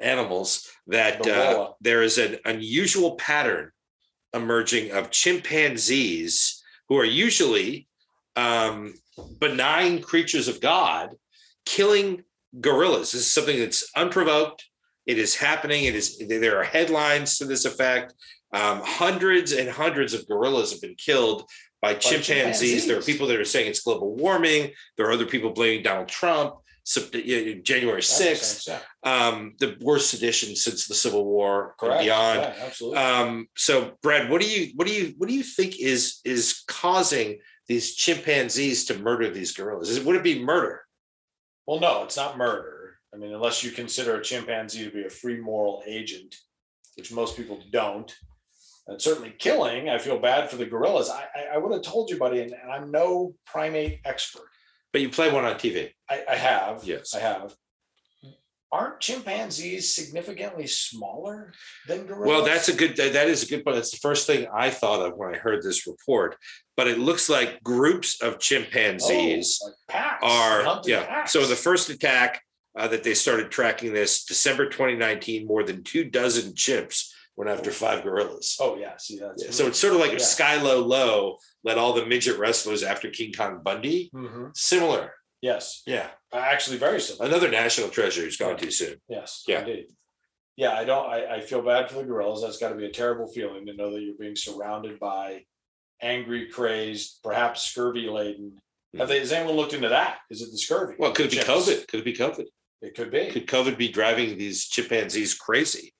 Speaker 3: Animals that
Speaker 4: The
Speaker 3: uh,
Speaker 4: WOA.
Speaker 3: there is an unusual pattern emerging of chimpanzees who are usually um, benign creatures of God killing gorillas. This is something that's unprovoked. It is happening. It is there are headlines to this effect. Um, hundreds and hundreds of gorillas have been killed by, chimpanzees. There are
Speaker 4: chimpanzees.
Speaker 3: people that are saying it's global warming. There are other people blaming Donald Trump. Sept- uh, January
Speaker 4: That makes
Speaker 3: sixth,
Speaker 4: sense, yeah.
Speaker 3: um, the worst sedition since the Civil War and
Speaker 4: Correct.
Speaker 3: beyond.
Speaker 4: Yeah, absolutely.
Speaker 3: Um, so Brad, what do you what do you what do you think is is causing these chimpanzees to murder these gorillas? Is, would it be murder?
Speaker 4: well, no, it's not murder. I mean, unless you consider a chimpanzee to be a free moral agent, which most people don't. And certainly killing, I feel bad for the gorillas. I, I, I would have told you, buddy, and, and I'm no primate expert.
Speaker 3: But you play one on TV.
Speaker 4: I, I have.
Speaker 3: Yes.
Speaker 4: I have. Aren't chimpanzees significantly smaller than gorillas?
Speaker 3: Well, that's a good that that is a good point. That's the first thing I thought of when I heard this report. But it looks like groups of chimpanzees
Speaker 4: Oh, like packs,
Speaker 3: are
Speaker 4: hunting
Speaker 3: yeah.
Speaker 4: packs.
Speaker 3: So the first attack uh, that they started tracking this December 2019, more than two dozen chimps went after five gorillas.
Speaker 4: Oh yeah, see that's
Speaker 3: Yeah, So it's sort of like
Speaker 4: Yeah.
Speaker 3: if Skylo Low led all the midget wrestlers after King Kong Bundy.
Speaker 4: Mhm.
Speaker 3: Similar.
Speaker 4: Yes,
Speaker 3: Yeah.
Speaker 4: actually, very simple.
Speaker 3: Another national treasure who's gone too soon.
Speaker 4: Yes,
Speaker 3: Yeah.
Speaker 4: indeed. Yeah, I don't. I, I feel bad for the gorillas. That's got to be a terrible feeling to know that you're being surrounded by angry, crazed, perhaps scurvy laden. Have they? Has anyone looked into that? Is it the scurvy?
Speaker 3: Hmm. Well, could it be
Speaker 4: Yes.
Speaker 3: COVID? Could it be COVID?
Speaker 4: It could be.
Speaker 3: Could COVID be driving these chimpanzees crazy?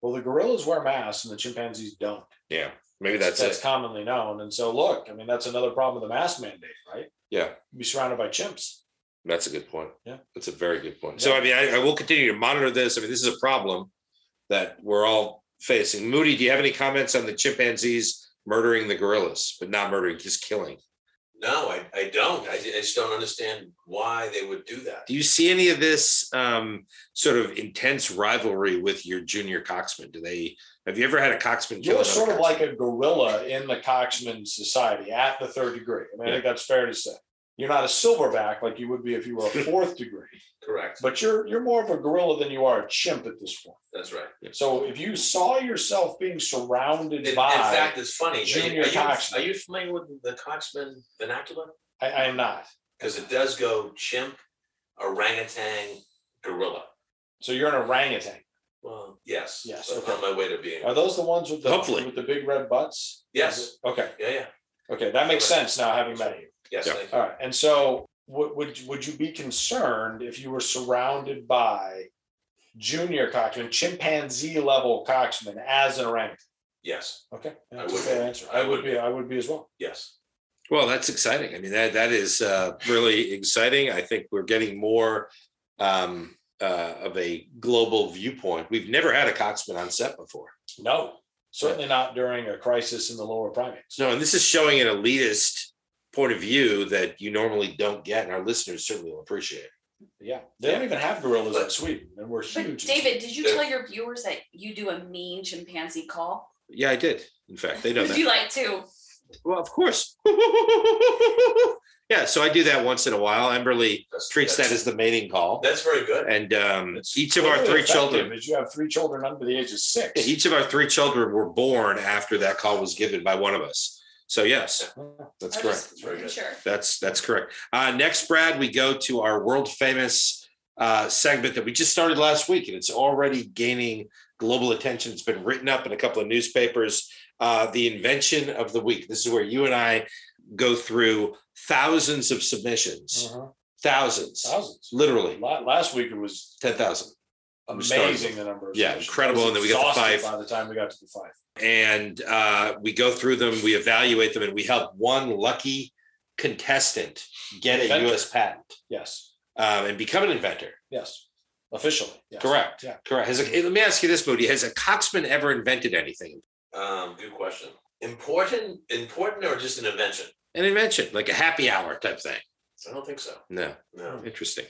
Speaker 4: Well, the gorillas wear masks and the chimpanzees don't.
Speaker 3: Yeah. Maybe that's,
Speaker 4: that's
Speaker 3: it.
Speaker 4: commonly known. And so, look, I mean, that's another problem with the mask mandate, right?
Speaker 3: Yeah.
Speaker 4: Be surrounded by chimps.
Speaker 3: That's a good point.
Speaker 4: Yeah.
Speaker 3: That's a very good point.
Speaker 4: Yeah.
Speaker 3: So, I mean, I, I will continue to monitor this. I mean, this is a problem that we're all facing. Moody, do you have any comments on the chimpanzees murdering the gorillas, but not murdering, just killing?
Speaker 7: No, I, I don't. I, I just don't understand why they would do that.
Speaker 3: Do you see any of this um, sort of intense rivalry with your junior coxman? Do they have you ever had a coxman? kill
Speaker 4: You're
Speaker 3: another
Speaker 4: sort of
Speaker 3: coxman?
Speaker 4: like a gorilla in the Coxman society at the third degree. I mean, I think that's fair to say. You're not a silverback like you would be if you were
Speaker 7: <laughs>
Speaker 4: a fourth degree,
Speaker 7: Correct.
Speaker 4: but you're you're more of a gorilla than you are a chimp at this point.
Speaker 7: That's right.
Speaker 4: So if you saw yourself being surrounded
Speaker 7: In, in
Speaker 4: by,
Speaker 7: fact, it's funny. Are you-
Speaker 4: Junior
Speaker 7: are you-
Speaker 4: Coxman.
Speaker 7: Are you familiar with the Coxman vernacular?
Speaker 4: I, I am not.
Speaker 7: Because it does go chimp, orangutan, gorilla.
Speaker 4: So you're an orangutan.
Speaker 7: Well, yes.
Speaker 4: Yes,
Speaker 7: but
Speaker 4: okay. Uh,
Speaker 7: On my way to being.
Speaker 4: Are those the ones with the
Speaker 3: Hopefully.
Speaker 4: with the big red butts?
Speaker 7: Yes.
Speaker 4: Okay.
Speaker 7: Yeah, yeah.
Speaker 4: Okay, that makes sense now, having met you.
Speaker 7: Yes.
Speaker 3: Yeah.
Speaker 7: thank you.
Speaker 4: All right, and so would would would you be concerned if you were surrounded by junior coxman, chimpanzee level coxman as an orangutan?
Speaker 7: Yes.
Speaker 4: Okay,
Speaker 7: I
Speaker 4: that's a
Speaker 7: would
Speaker 4: fair
Speaker 7: be.
Speaker 4: answer.
Speaker 7: I would
Speaker 4: be. I would be as well.
Speaker 7: Yes.
Speaker 3: Well, that's exciting. I mean, that that is uh, really exciting. I think we're getting more um, uh, of a global viewpoint. We've never had a coxman on set before.
Speaker 4: No, certainly not during a crisis in the lower primates.
Speaker 3: No, and this is showing an elitist point of view that you normally don't get, and our listeners certainly will appreciate. it.
Speaker 4: Yeah, they don't even have gorillas in
Speaker 7: But-
Speaker 4: Sweden, and we're huge. in
Speaker 5: But David, did you
Speaker 7: Yeah.
Speaker 5: tell your viewers that you do a mean chimpanzee call?
Speaker 3: Yeah, I did. In fact, they know
Speaker 5: Would
Speaker 3: that.
Speaker 5: you like to?
Speaker 3: Well, of course. <laughs> yeah, so I do that once in a while. Emberly
Speaker 7: That's-
Speaker 3: treats that
Speaker 7: that's-
Speaker 3: as the mating call,
Speaker 7: That's very good.
Speaker 3: and um,
Speaker 4: It's
Speaker 3: each of our
Speaker 4: Sweden.
Speaker 3: three
Speaker 4: Effective
Speaker 3: children,
Speaker 4: Is you have three children under the age of six.
Speaker 3: each of our three children were born after that call was given by one of us. So yes,
Speaker 4: Uh-huh.
Speaker 3: that's
Speaker 5: I'm
Speaker 3: correct.
Speaker 5: just
Speaker 7: That's very good.
Speaker 5: Sure.
Speaker 3: That's that's correct. Uh, next, Brad, we go to our world famous uh, segment that we just started last week, and it's already gaining global attention. It's been written up in a couple of newspapers. Uh, the invention of the week. This is where you and I go through thousands of submissions,
Speaker 4: Mhm.
Speaker 3: thousands,
Speaker 4: Thousands.
Speaker 3: literally
Speaker 4: La- Last week it was
Speaker 3: ten thousand, was
Speaker 4: amazing the number of
Speaker 3: Yeah,
Speaker 4: submissions.
Speaker 3: incredible,
Speaker 4: I was
Speaker 3: and then we got the
Speaker 4: exhausted
Speaker 3: five.
Speaker 4: by the time we got to the five
Speaker 3: and uh, we go through them, we evaluate them, and we help one lucky contestant get a
Speaker 4: Inventor.
Speaker 3: U.S. patent
Speaker 4: yes
Speaker 3: um, and become an inventor.
Speaker 4: yes officially yes.
Speaker 3: Correct.
Speaker 4: yeah
Speaker 3: Correct. Has a, hey, let me ask you this, Moody. Has a coxman ever invented anything?
Speaker 7: Um, good question. Important, important, or just an invention?
Speaker 3: An invention, like a happy hour type thing?
Speaker 7: I don't think so.
Speaker 3: No.
Speaker 7: No.
Speaker 3: Interesting.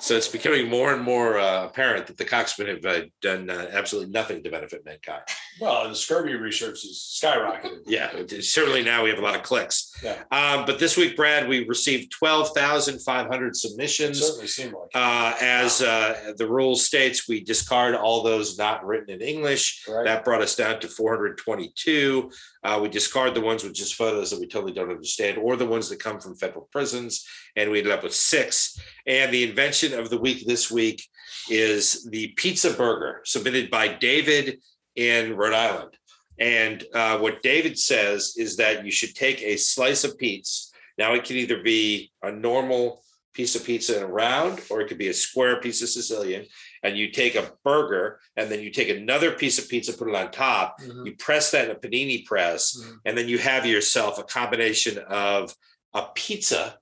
Speaker 3: So it's becoming more and more uh, apparent that the coxmen have uh, done uh, absolutely nothing to benefit mankind.
Speaker 4: well the scurvy research is skyrocketed
Speaker 3: Yeah. it is- Certainly now we have a lot of clicks.
Speaker 4: Yeah.
Speaker 3: Um, but this week, Brad, we received 12,500
Speaker 4: it
Speaker 3: submissions.
Speaker 4: certainly seemed like it,
Speaker 3: Uh, as uh, the rule states, we discard all those not written in English.
Speaker 4: right
Speaker 3: That brought us down to 422. Uh, we discard the ones with just photos that we totally don't understand, or the ones that come from federal prisons, and we ended up with six. And the invention of the week this week is the pizza burger, submitted by David in Rhode Island. And uh, what David says is that you should take a slice of pizza. Now it can either be a normal piece of pizza in a round, or it could be a square piece of Sicilian and you take a burger and then you take another piece of pizza, put it on top,
Speaker 4: Mhm.
Speaker 3: you press that in a panini press,
Speaker 4: Mhm.
Speaker 3: and then you have yourself a combination of a pizza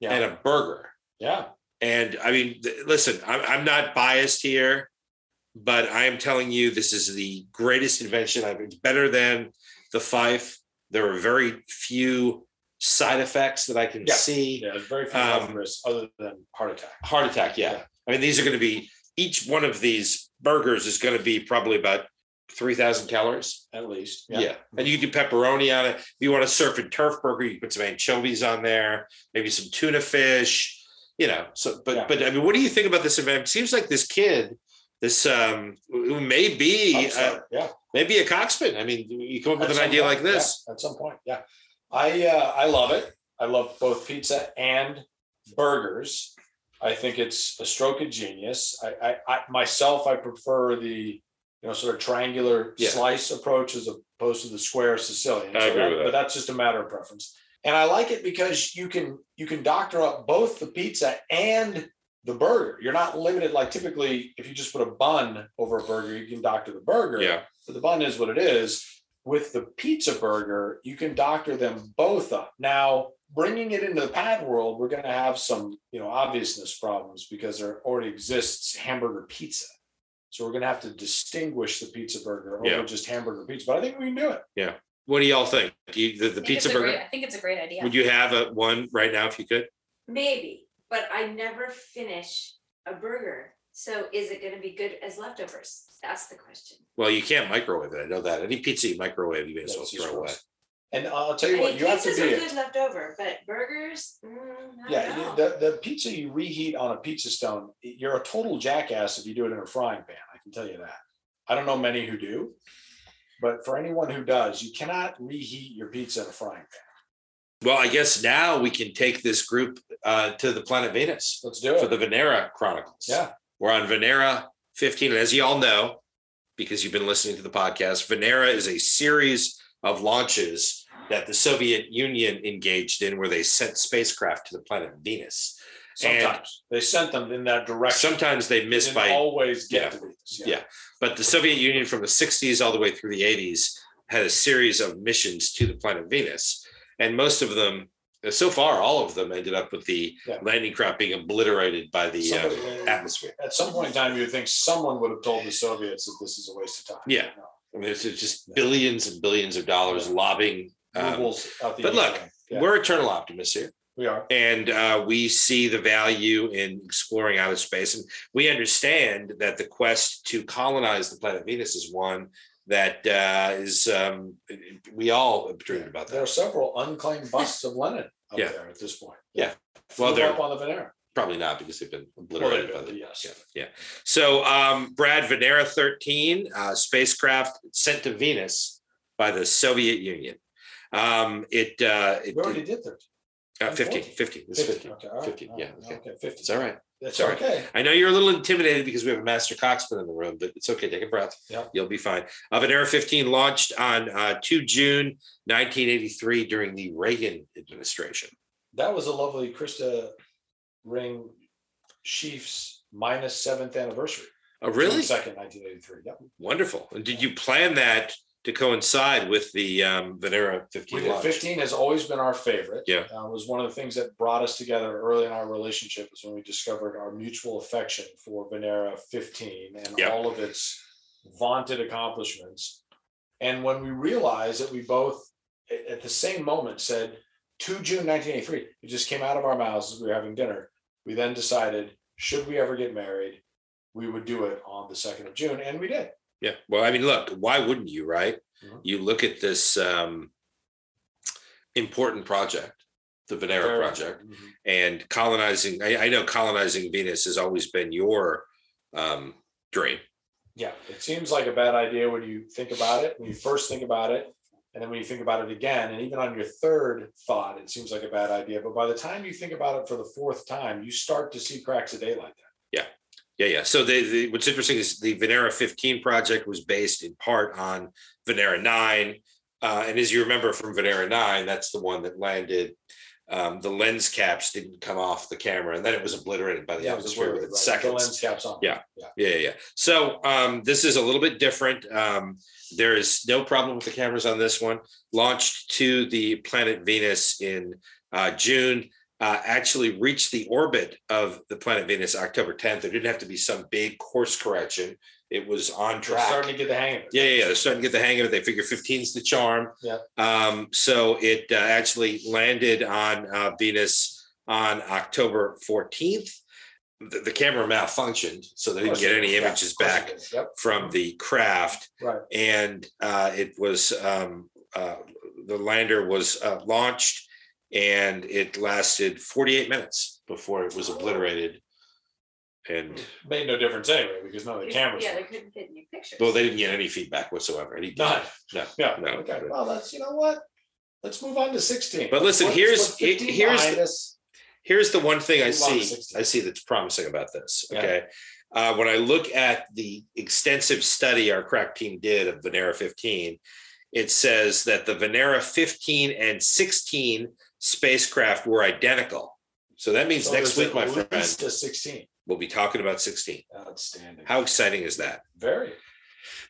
Speaker 4: yeah
Speaker 3: and a burger.
Speaker 4: yeah
Speaker 3: And I mean, th- listen, I'm, I'm not biased here, but I am telling you, this is the greatest invention. I've, it's better than the Fife. There are very few side effects that I can
Speaker 4: Yeah.
Speaker 3: see.
Speaker 4: yeah there's very few
Speaker 3: Um,
Speaker 4: health risks other than heart attack
Speaker 3: heart attack yeah.
Speaker 4: Yeah.
Speaker 3: i mean these are going to be each one of these burgers is going to be probably about 3000 calories
Speaker 4: at least
Speaker 3: yeah. and you can do pepperoni on it if you want a surf and turf burger you can put some anchovies on there maybe some tuna fish you know so but
Speaker 4: Yeah.
Speaker 3: but i mean what do you think about this event it seems like this kid this um who may be uh,
Speaker 4: Upstart, yeah
Speaker 3: maybe a coxman i mean you come up with an
Speaker 4: At some
Speaker 3: idea
Speaker 4: point,
Speaker 3: like this
Speaker 4: yeah, at some point yeah i uh i love it i love both pizza and burgers. I think it's a stroke of genius. I, I, I myself, I prefer the you know sort of triangular
Speaker 3: Yeah.
Speaker 4: slice approach as opposed to the square Sicilian.
Speaker 3: I
Speaker 4: So
Speaker 3: agree with that.
Speaker 4: But that's just a matter of preference. And I like it because you can you can doctor up both the pizza and the burger. You're not limited like typically if you just put a bun over a burger, you can doctor the burger.
Speaker 3: Yeah.
Speaker 4: But the bun is what it is. With the pizza burger, you can doctor them both up. Now, bringing it into the pad world, we're going to have some, you know, obviousness problems because there already exists hamburger pizza. So we're going to have to distinguish the pizza burger over
Speaker 3: Yeah.
Speaker 4: just hamburger pizza. But I think we can do it.
Speaker 3: What do y'all think? You, the the
Speaker 5: I think it's
Speaker 3: pizza
Speaker 5: a great-
Speaker 3: burger.
Speaker 5: I think it's a great idea.
Speaker 3: Would you have a one right now if you could?
Speaker 6: Maybe, but I never finish a burger. So is it gonna be good as leftovers? That's the question.
Speaker 3: Well, you can't microwave it. I know that. Any pizza you microwave, you may as well
Speaker 4: That's just
Speaker 3: throw away.
Speaker 4: gross. And I'll tell
Speaker 6: I
Speaker 4: you
Speaker 6: mean,
Speaker 4: what, you have to
Speaker 6: pizzas are
Speaker 4: be.
Speaker 6: good leftover, but burgers, mm, I
Speaker 4: Yeah,
Speaker 6: don't
Speaker 4: you-
Speaker 6: know.
Speaker 4: the, the pizza you reheat on a pizza stone, you're a total jackass if you do it in a frying pan. I can tell you that. I don't know many who do, but for anyone who does, you cannot reheat your pizza in a frying pan.
Speaker 3: Well, I guess now we can take this group uh, to the planet Venus
Speaker 4: Let's do
Speaker 3: for
Speaker 4: it.
Speaker 3: the Venera Chronicles.
Speaker 4: Yeah,
Speaker 3: We're on Venera 15. And as you all know, because you've been listening to the podcast, Venera is a series of launches that the Soviet Union engaged in where they sent spacecraft to the planet Venus. And-
Speaker 4: sometimes they sent them in that direction.
Speaker 3: Sometimes they miss
Speaker 4: Didn't
Speaker 3: by
Speaker 4: always get
Speaker 3: yeah.
Speaker 4: to Venus.
Speaker 3: Yeah. But the Soviet Union from the 60s all the way through the 80s had a series of missions to the planet Venus. And most of them, so far, all of them ended up with the
Speaker 4: Yeah.
Speaker 3: landing craft being obliterated by the uh,
Speaker 4: Somebody-
Speaker 3: atmosphere.
Speaker 4: At some point in time, you would think someone would have told the Soviets that this is a waste of time.
Speaker 3: Yeah.
Speaker 4: No.
Speaker 3: I mean, it's just billions and billions of dollars lobbying. Um,
Speaker 4: Rubles out the
Speaker 3: but look,
Speaker 4: evening. Yeah,
Speaker 3: We're eternal optimists here.
Speaker 4: we are.
Speaker 3: and uh, we see the value in exploring outer space. And we understand that the quest to colonize the planet Venus is one that uh, is um, we all have dreamed about
Speaker 4: There are
Speaker 3: that.
Speaker 4: several unclaimed busts of Lenin up
Speaker 3: Yeah.
Speaker 4: there at this point.
Speaker 3: Yeah. Well,
Speaker 4: Well,
Speaker 3: they're-
Speaker 4: they're up on the Venera.
Speaker 3: Probably not because they've been
Speaker 4: Well,
Speaker 3: obliterated
Speaker 4: they're-
Speaker 3: by the.
Speaker 4: yes.
Speaker 3: Yeah, yeah. So um, Brad Venera 13 uh, spacecraft sent to Venus by the Soviet Union. Um, it uh, it,
Speaker 4: We already did that.
Speaker 3: uh, 15, 15, it's 15.
Speaker 4: Okay, all right,
Speaker 3: 15,
Speaker 4: all
Speaker 3: yeah,
Speaker 4: right,
Speaker 3: okay.
Speaker 4: Fifty.
Speaker 3: It's all right.
Speaker 4: That's
Speaker 3: all right.
Speaker 4: okay.
Speaker 3: I know you're a little intimidated because we have a master coxman in the room, but it's okay. Take a breath.
Speaker 4: Yeah.
Speaker 3: You'll be fine. Uh, Venera 15 launched on uh, 2 June 1983 during the Reagan administration.
Speaker 4: That was a lovely Krista Ring Chiefs minus seventh anniversary.
Speaker 3: Oh, really?
Speaker 4: Second, nineteen eighty-three. Yep.
Speaker 3: Wonderful. And did you plan that to coincide with the um, Venera 15
Speaker 4: We did
Speaker 3: launch?
Speaker 4: fifteen has always been our favorite.
Speaker 3: Yeah.
Speaker 4: Uh, it was one of the things that brought us together early in our relationship is when we discovered our mutual affection for Venera fifteen and
Speaker 3: Yeah.
Speaker 4: all of its vaunted accomplishments. And when we realized that we both a- at the same moment said to June nineteen eighty-three, it just came out of our mouths as we were having dinner. We then decided, should we ever get married, we would do it on the second of June, and we did.
Speaker 3: Yeah. Well, I mean, look, why wouldn't you, right?
Speaker 4: Mhm.
Speaker 3: You look at this um, important project, the Venera
Speaker 4: Very-
Speaker 3: project.
Speaker 4: Mhm.
Speaker 3: and colonizing I, I know colonizing venus has always been your um dream
Speaker 4: Yeah, it seems like a bad idea when you think about it, when you first think about it, and then when you think about it again, and even on your third thought, it seems like a bad idea. But by the time you think about it for the fourth time, you start to see cracks of daylight there.
Speaker 3: yeah yeah so the, the what's interesting is the venera 15 project was based in part on venera 9 uh, and as you remember from venera 9 that's the one that landed um, the lens caps didn't come off the camera and then it was obliterated by the
Speaker 4: it was
Speaker 3: atmosphere
Speaker 4: blurred,
Speaker 3: within
Speaker 4: right? The
Speaker 3: seconds
Speaker 4: lens caps on.
Speaker 3: Yeah.
Speaker 4: yeah.
Speaker 3: yeah, yeah. yeah. So um, this is a little bit different. Um, there is no problem with the cameras on this one. Launched to the planet Venus in uh, June. Uh, actually reached the orbit of the planet Venus October 10th. There didn't have to be some big course correction. It was on
Speaker 4: You're
Speaker 3: track.
Speaker 4: starting to get the hang of it.
Speaker 3: Yeah, yeah, yeah. They're starting to get the hang of it. They figure 15 is the charm.
Speaker 4: Yeah.
Speaker 3: Um, so it uh, actually landed on uh, Venus on October 14th. The, the camera malfunctioned, so they
Speaker 4: Of
Speaker 3: didn't
Speaker 4: course
Speaker 3: get
Speaker 4: it
Speaker 3: any
Speaker 4: is. Yeah,
Speaker 3: images
Speaker 4: of course
Speaker 3: back
Speaker 4: it is. Yep.
Speaker 3: from the craft.
Speaker 4: Right.
Speaker 3: And uh, it was um, uh, the lander was uh, launched, and it lasted 48 minutes before it was obliterated. And
Speaker 4: Made no difference anyway because none of the
Speaker 6: There's-
Speaker 4: cameras.
Speaker 6: Yeah,
Speaker 4: were.
Speaker 6: they couldn't fit any pictures.
Speaker 3: well, they didn't get any feedback whatsoever. Any
Speaker 4: None.
Speaker 3: No,
Speaker 4: Yeah.
Speaker 3: no.
Speaker 4: Okay. Well, that's you know what. Let's move on to sixteen.
Speaker 3: But listen,
Speaker 4: Let's
Speaker 3: here's-
Speaker 4: put 15
Speaker 3: here's
Speaker 4: behind
Speaker 3: the-
Speaker 4: us.
Speaker 3: here's the one thing I
Speaker 4: Lot of
Speaker 3: see.
Speaker 4: 60.
Speaker 3: I see that's promising about this.
Speaker 4: Yeah.
Speaker 3: Okay. Uh, when I look at the extensive study our crack team did of Venera 15, it says that the Venera 15 and 16 spacecraft were identical. So that means
Speaker 4: So
Speaker 3: next
Speaker 4: there's
Speaker 3: week, my
Speaker 4: at
Speaker 3: friend,
Speaker 4: least a sixteen.
Speaker 3: we'll be talking about 16.
Speaker 4: Outstanding.
Speaker 3: How exciting is that?
Speaker 4: Very.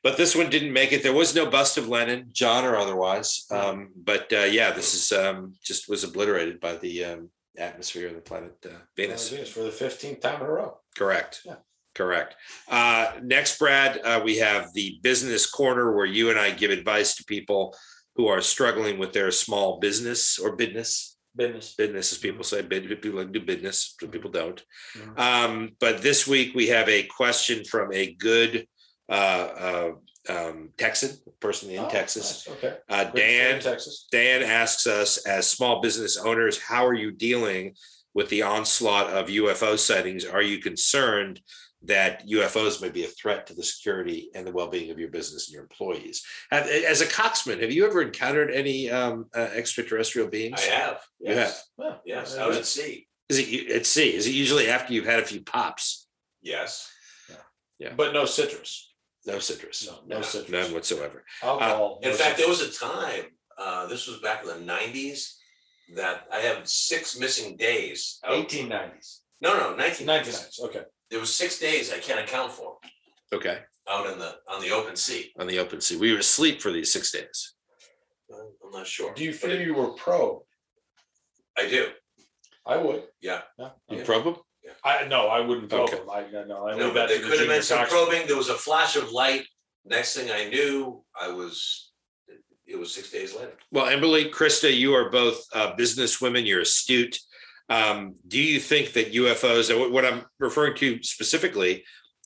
Speaker 3: But this one didn't make it. There was no bust of Lennon, John or
Speaker 4: Hmm.
Speaker 3: otherwise. Um, but uh, yeah, this is um, just was obliterated by the um, atmosphere of the planet uh, Venus.
Speaker 4: Venus for the fifteenth time in a row.
Speaker 3: Correct.
Speaker 4: Yeah.
Speaker 3: Correct. Uh, next, Brad, uh, we have the business corner where you and I give advice to people who are struggling with their small business or business.
Speaker 4: Business. Mm-hmm.
Speaker 3: Business, as people say, bid, people do business, but people don't.
Speaker 4: Mhm.
Speaker 3: Um, but this week we have a question from a good uh, uh, um, Texan person in
Speaker 4: Oh,
Speaker 3: Texas.
Speaker 4: nice. Okay.
Speaker 3: Uh,
Speaker 4: Great state
Speaker 3: Dan
Speaker 4: of Texas.
Speaker 3: Dan asks us as small business owners, how are you dealing with the onslaught of UFO sightings? Are you concerned that UFOs may be a threat to the security and the well-being of your business and your employees? Have- As a coxman, have you ever encountered any um, uh, extraterrestrial beings?
Speaker 7: I have.
Speaker 3: Yeah.
Speaker 7: Yes.
Speaker 4: Well,
Speaker 7: Yes.
Speaker 4: Hmm. yeah,
Speaker 7: Out
Speaker 4: yeah.
Speaker 7: at sea.
Speaker 3: Is it u- at sea? Is it usually after you've had a few pops?
Speaker 7: Yes.
Speaker 4: But no citrus.
Speaker 3: No citrus.
Speaker 4: No, no
Speaker 7: No, Uh,
Speaker 4: citrus.
Speaker 3: None whatsoever.
Speaker 4: Alcohol.
Speaker 7: In
Speaker 4: no
Speaker 7: fact, there
Speaker 4: citrus.
Speaker 7: was a time, uh, this was back in the nineties, that I have six missing days. out-
Speaker 4: eighteen nineties.
Speaker 7: No, no,
Speaker 4: Nineteen
Speaker 7: nineteen nineties.
Speaker 4: nineties. Okay.
Speaker 7: There was six days I can't account for
Speaker 3: Okay.
Speaker 7: out in the, on the open sea.
Speaker 3: On the open sea. We were asleep for these six days.
Speaker 7: Uh, I'm not sure.
Speaker 4: Do you
Speaker 7: but
Speaker 4: feel
Speaker 7: it-
Speaker 4: you were pro?
Speaker 7: I do.
Speaker 4: I would.
Speaker 7: Yeah.
Speaker 4: No,
Speaker 3: You
Speaker 4: okay.
Speaker 3: probe 'em?
Speaker 4: I no, I wouldn't probe
Speaker 3: Okay.
Speaker 4: him. I no, no, I
Speaker 7: No,
Speaker 4: leave that
Speaker 7: but there
Speaker 4: to the
Speaker 7: could have
Speaker 4: junior
Speaker 7: been some
Speaker 4: cox-
Speaker 7: probing. There was a flash of light. Next thing I knew, I was, it- it was six days later.
Speaker 3: Well, Emberly, Krista, you are both uh, business women. You're astute. Um, do you think that UFOs, and what- what I'm referring to specifically,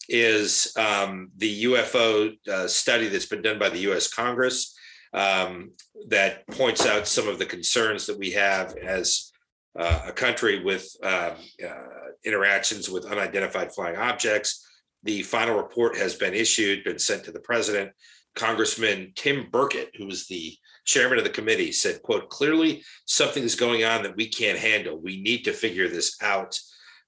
Speaker 3: is um, the UFO uh, study that's been done by the US Congress um, that points out some of the concerns that we have as uh, a country with um, uh, interactions with unidentified flying objects? The final report has been issued, been sent to the president. Congressman Tim Burkett, who is the chairman of the committee said quote clearly something is going on that we can't handle we need to figure this out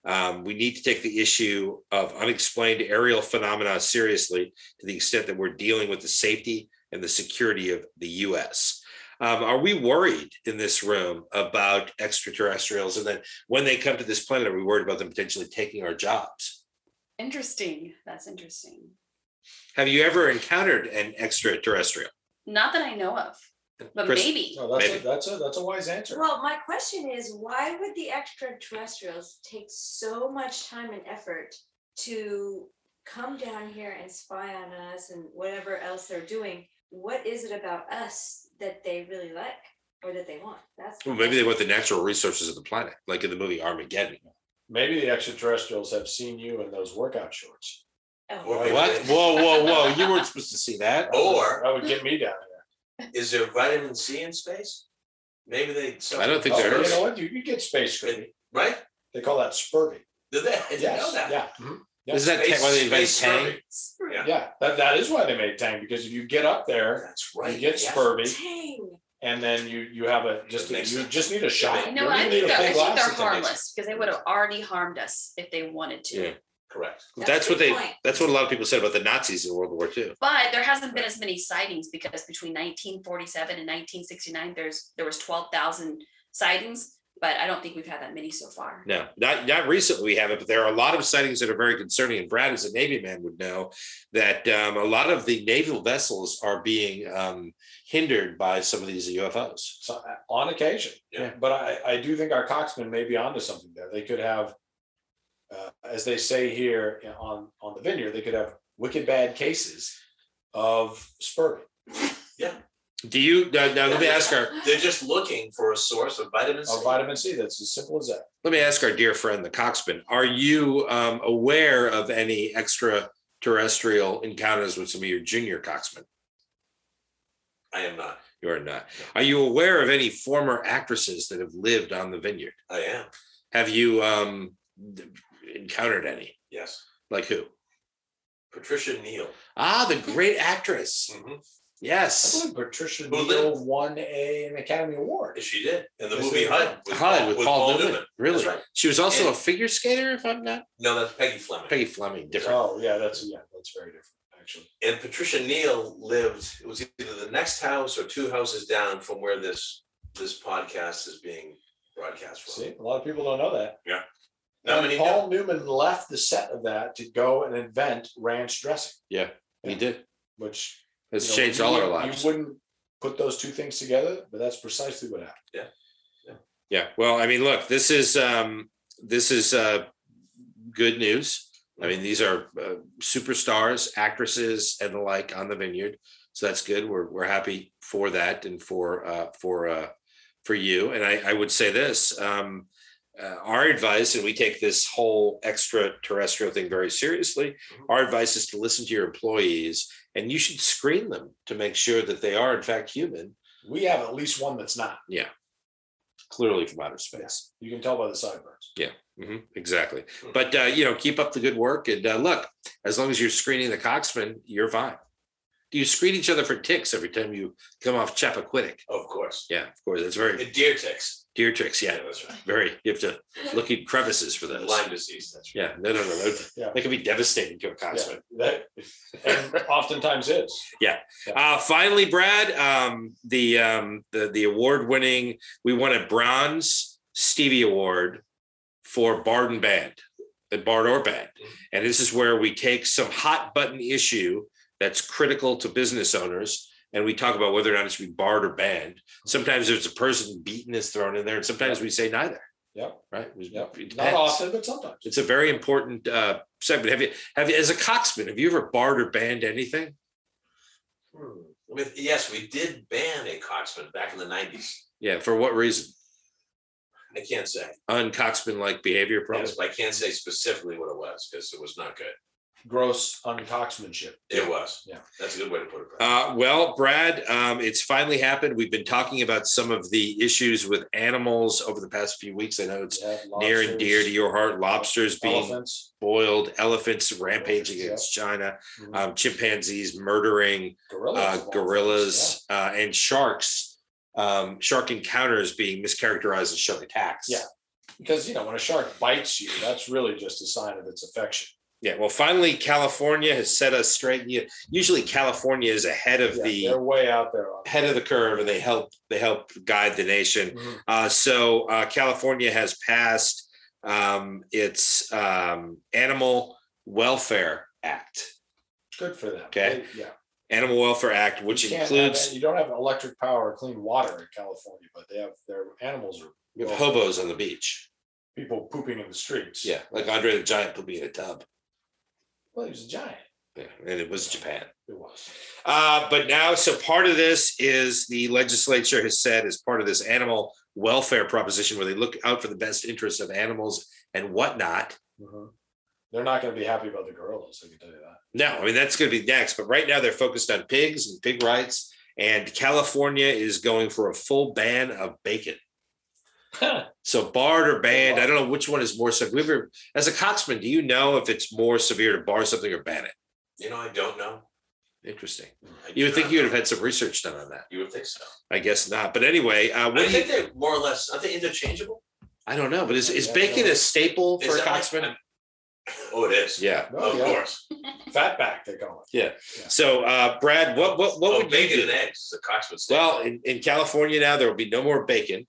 Speaker 3: um, we need to take the issue of unexplained aerial phenomena seriously to the extent that we're dealing with the safety and the security of the us um, are we worried in this room about extraterrestrials and then when they come to this planet are we worried about them potentially taking our jobs
Speaker 5: Interesting. That's interesting.
Speaker 3: have you ever encountered an extraterrestrial
Speaker 5: Not that I know of, but
Speaker 3: Chris- Oh.
Speaker 5: maybe.
Speaker 4: No, that's a,
Speaker 3: Maybe.
Speaker 4: that's a that's a wise answer.
Speaker 6: Well, my question is, why would the extraterrestrials take so much time and effort to come down here and spy on us and whatever else they're doing? What is it about us that they really like or that they want? That's.
Speaker 3: well, maybe they want the natural resources of the planet like in the movie armageddon
Speaker 4: Maybe the extraterrestrials have seen you in those workout shorts.
Speaker 6: Oh,
Speaker 7: Wait,
Speaker 3: What?
Speaker 7: wait.
Speaker 3: Whoa, whoa, whoa. You weren't supposed to see that.
Speaker 7: Or
Speaker 4: that would get me down there.
Speaker 7: is there vitamin C in space? Maybe they.
Speaker 3: I don't think
Speaker 4: Oh,
Speaker 3: there
Speaker 4: you
Speaker 3: is.
Speaker 4: know what? You could get space scurvy.
Speaker 7: Right?
Speaker 4: They call that spurvy.
Speaker 7: Did they? I didn't know
Speaker 4: Yes,
Speaker 7: that. Hmm.
Speaker 4: yeah. mhm. Yeah.
Speaker 3: Is that
Speaker 7: Space-
Speaker 3: why they invented
Speaker 7: space
Speaker 3: Tang?
Speaker 7: survey.
Speaker 6: Spurvy.
Speaker 7: Yeah.
Speaker 4: Yeah, that, that is why they made Tang, because if you get up there
Speaker 7: That's
Speaker 4: you
Speaker 7: right.
Speaker 4: get
Speaker 7: yeah.
Speaker 4: spurvy
Speaker 6: Dang.
Speaker 4: and then you you have a just
Speaker 7: That makes
Speaker 4: you
Speaker 7: sense.
Speaker 4: just need a shot.
Speaker 5: You know,
Speaker 4: You
Speaker 5: what? I
Speaker 4: need
Speaker 5: think
Speaker 4: a
Speaker 5: they're, I
Speaker 4: full
Speaker 5: think
Speaker 4: glass at
Speaker 5: they're
Speaker 4: the next-
Speaker 5: harmless because they would have already harmed us if they wanted to.
Speaker 3: Yeah.
Speaker 7: Correct.
Speaker 6: That's
Speaker 3: That's
Speaker 6: a
Speaker 3: what
Speaker 6: good
Speaker 3: they,
Speaker 6: point.
Speaker 3: that's what a lot of people said about the Nazis in World War II.
Speaker 5: But there hasn't been as many sightings because between 1947 and 1969, there's there was 12,000 sightings, but I don't think we've had that many so far.
Speaker 3: No, not, not recently we haven't, but there are a lot of sightings that are very concerning. And Brad, as a Navy man, would know that um, a lot of the naval vessels are being um, hindered by some of these UFOs.
Speaker 4: So, uh, on occasion.
Speaker 7: Yeah.
Speaker 4: But I, I do think our coxmen may be onto something there. They could have, uh, as they say here you know, on, on the vineyard, they could have wicked bad cases of spurting.
Speaker 3: Do you, now, now let me ask our,
Speaker 7: They're just looking for a source of vitamin C.
Speaker 4: Or vitamin C, that's as simple as that.
Speaker 3: let me ask our dear friend, the Coxman, are you um, aware of any extraterrestrial encounters with some of your junior Coxmen?
Speaker 7: I am not.
Speaker 3: You are not. Are you aware of any former actresses that have lived on the vineyard?
Speaker 7: I am.
Speaker 3: Have you um, d- encountered any?
Speaker 7: Yes.
Speaker 3: Like who?
Speaker 7: Patricia Neal.
Speaker 3: Ah, the great actress.
Speaker 7: Mhm.
Speaker 4: I
Speaker 3: Yes.
Speaker 4: believe Patricia
Speaker 7: Who
Speaker 4: Neal won a, an Academy Award.
Speaker 7: She did in the
Speaker 4: Yes,
Speaker 7: movie
Speaker 4: they
Speaker 7: HUD with,
Speaker 3: Hi,
Speaker 7: Paul, with Paul Newman.
Speaker 3: Really?
Speaker 7: That's right.
Speaker 3: She was also
Speaker 7: And-
Speaker 3: a figure skater, if I'm not.
Speaker 7: No, that's Peggy Fleming.
Speaker 3: Peggy Fleming, different.
Speaker 4: Oh, yeah, that's, yeah, that's very different, actually.
Speaker 7: And Patricia Neal lived. It was either the next house or two houses down from where this this podcast is being broadcast from.
Speaker 4: See, a lot of people don't know that.
Speaker 7: Not
Speaker 4: And
Speaker 7: many know.
Speaker 4: Paul Newman left the set of that to go and invent ranch dressing,
Speaker 3: He did.
Speaker 4: which
Speaker 3: It's
Speaker 4: you know,
Speaker 3: changed
Speaker 4: you
Speaker 3: all our
Speaker 4: wouldn't-
Speaker 3: lives.
Speaker 4: You wouldn't put those two things together, but that's precisely what happened.
Speaker 3: Yeah. Well, I mean, look, this is um, this is uh, good news. I mean, these are uh, superstars, actresses, and the like on the vineyard, so that's good. We're we're happy for that and for uh, for uh, for you. And I, I would say this: um, uh, our advice, and we take this whole extraterrestrial thing very seriously. Our advice is to listen to your employees, and you should screen them to make sure that they are in fact human,
Speaker 4: We have at least one that's not.
Speaker 3: clearly from outer space.
Speaker 4: You can tell by the sideburns.
Speaker 3: hmm exactly. But uh, you know, keep up the good work, and uh, look, as long as you're screening the coxman, you're fine. Do you screen each other for ticks every time you come off Chappaquiddick?
Speaker 7: Of course.
Speaker 3: Yeah, of course. That's very
Speaker 7: And deer ticks.
Speaker 3: deer tricks. Yeah,
Speaker 7: that's right.
Speaker 3: very. You have to look in crevices for those.
Speaker 7: Lyme disease. That's right.
Speaker 3: Yeah, no, no, no, no.
Speaker 4: Yeah.
Speaker 3: That can be devastating to a
Speaker 4: Yeah,
Speaker 3: coxman.
Speaker 4: that, and oftentimes is.
Speaker 3: Uh, finally, Brad, um, the um, the the award winning, we won a bronze Stevie Award for Bard and Band, the Bard or Band, and this is where we take some hot button issue that's critical to business owners. And we talk about whether or not it should be barred or banned. Sometimes there's a person beaten is thrown in there, and sometimes we say neither.
Speaker 4: Yep.
Speaker 3: Right? It
Speaker 4: Yep. Not
Speaker 3: depends.
Speaker 4: often, but sometimes.
Speaker 3: It's a very important uh, segment. Have you, have you, as a coxman, have you ever barred or banned anything?
Speaker 7: Hmm. With, yes, we did ban a coxman back in the nineties.
Speaker 3: Yeah. For what reason?
Speaker 7: I can't say.
Speaker 3: uncoxman-like behavior problem.
Speaker 7: Yes, but I can't say specifically what it was because it was not good.
Speaker 4: Gross uncoxmanship.
Speaker 7: It was.
Speaker 4: Yeah.
Speaker 7: That's a good way to put it. Brad.
Speaker 3: Uh, well, Brad, um, it's finally happened. We've been talking about some of the issues with animals over the past few weeks. I know it's
Speaker 4: Yeah,
Speaker 3: near and dear to
Speaker 4: lobsters,
Speaker 3: your heart. Lobsters being
Speaker 4: Elephants.
Speaker 3: boiled, elephants rampaging
Speaker 4: Elephants, yeah.
Speaker 3: against China,
Speaker 4: Mhm.
Speaker 3: um, chimpanzees murdering
Speaker 4: Gorillas.
Speaker 3: uh,
Speaker 4: of all things,
Speaker 3: gorillas, uh, and sharks. Um, shark encounters being mischaracterized as shark attacks.
Speaker 4: Yeah. yeah. Because, you know, when a shark bites you, that's really just a sign of its affection.
Speaker 3: Yeah. Well, finally, California has set us straight. You- Usually, California is ahead of
Speaker 4: Yeah,
Speaker 3: the
Speaker 4: They're way out there on.
Speaker 3: head of the curve and they help they help guide the nation
Speaker 4: Mhm.
Speaker 3: uh, so uh, california has passed um, its um, animal welfare act
Speaker 4: Good for them.
Speaker 3: Okay.
Speaker 4: They- Yeah.
Speaker 3: animal welfare act which
Speaker 4: You can't have
Speaker 3: includes
Speaker 4: that- You don't have electric power or clean water in California, but they have, their animals are
Speaker 3: you have hobos on the beach
Speaker 4: people pooping in the streets.
Speaker 3: yeah like andre the giant put me in a tub
Speaker 4: Well, he was a giant.
Speaker 3: yeah, and it was japan
Speaker 4: It was.
Speaker 3: Uh, but now, so part of this is the legislature has said as part of this animal welfare proposition where they look out for the best interests of animals and whatnot.
Speaker 4: Mhm. They're not going to be happy about the gorillas. I can tell you that.
Speaker 3: No, I mean, that's going to be next. But right now, they're focused on pigs and pig rights. And California is going for a full ban of bacon. So barred or banned, I don't know which one is more severe. Have you ever- As a coxman, do you know if it's more severe to bar something or ban it?
Speaker 7: you know, I don't know.
Speaker 3: Interesting.
Speaker 7: I do
Speaker 3: You would think
Speaker 7: not
Speaker 3: you would
Speaker 7: know.
Speaker 3: have had some research done on that.
Speaker 7: You would think so.
Speaker 3: I guess not. But anyway, uh, what
Speaker 7: I
Speaker 3: do you
Speaker 7: think they're more or less. Are they interchangeable?
Speaker 3: I don't know, but is, is
Speaker 4: Yeah,
Speaker 3: bacon
Speaker 4: yeah.
Speaker 3: a staple
Speaker 7: Is
Speaker 3: for a
Speaker 7: that like-
Speaker 3: coxman?
Speaker 7: Oh, it is.
Speaker 3: Yeah.
Speaker 4: No,
Speaker 7: of
Speaker 4: yeah.
Speaker 7: course.
Speaker 4: Fatback, they call it.
Speaker 3: So, uh, Brad, what what what
Speaker 7: Oh,
Speaker 3: would you
Speaker 7: bacon
Speaker 3: do?
Speaker 7: and eggs is a coxman steak.
Speaker 3: Well, in, in California now, there will be no more bacon.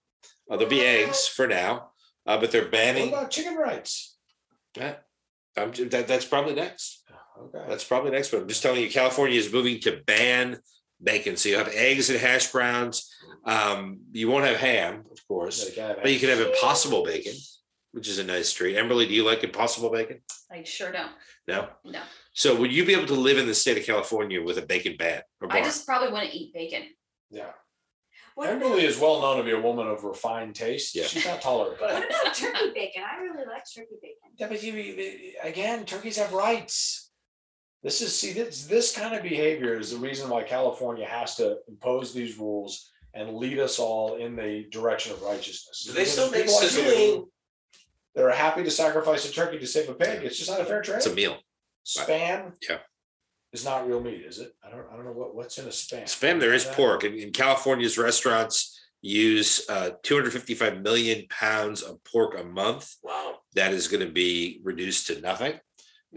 Speaker 3: Uh, there'll be eggs for now, uh, but they're
Speaker 4: What
Speaker 3: banning.
Speaker 4: about chicken rights?
Speaker 3: Eh, I'm ju- that, that's probably next.
Speaker 4: Okay.
Speaker 3: That's probably next. But I'm just telling you, California is moving to ban bacon. So you have eggs and hash browns. Um, you won't have ham, of course,
Speaker 4: They can have
Speaker 3: but you can have impossible bacon, which is a nice treat. Emberly, do you like impossible bacon?
Speaker 5: I sure don't.
Speaker 3: No.
Speaker 5: No,
Speaker 3: So would you be able to live in the state of California with a bacon ban or bar?
Speaker 5: I just probably wouldn't eat bacon.
Speaker 4: Yeah.
Speaker 6: What about,
Speaker 4: Emily is well known to be a woman of refined taste.
Speaker 3: Yeah.
Speaker 4: She's not tolerant.
Speaker 7: But-
Speaker 6: what about <laughs> turkey bacon? I really like turkey bacon.
Speaker 4: Yeah, but you- you- again, turkeys have rights. This is see this this kind of behavior is the reason why California has to impose these rules and lead us all in the direction of righteousness.
Speaker 7: do they still make
Speaker 4: People like you,
Speaker 7: sizzling?
Speaker 4: They're happy to sacrifice a turkey to save a pig. It's just not a fair trade.
Speaker 3: it's a meal.
Speaker 4: Spam.
Speaker 3: Yeah.
Speaker 4: is not real meat, is it? I don't, I don't know what, what's in a spam. Uh,
Speaker 3: Spam, there is
Speaker 4: Yeah.
Speaker 3: pork. And, and California's restaurants use uh, 255 million pounds of pork a month.
Speaker 7: Wow.
Speaker 3: That is going to be reduced to nothing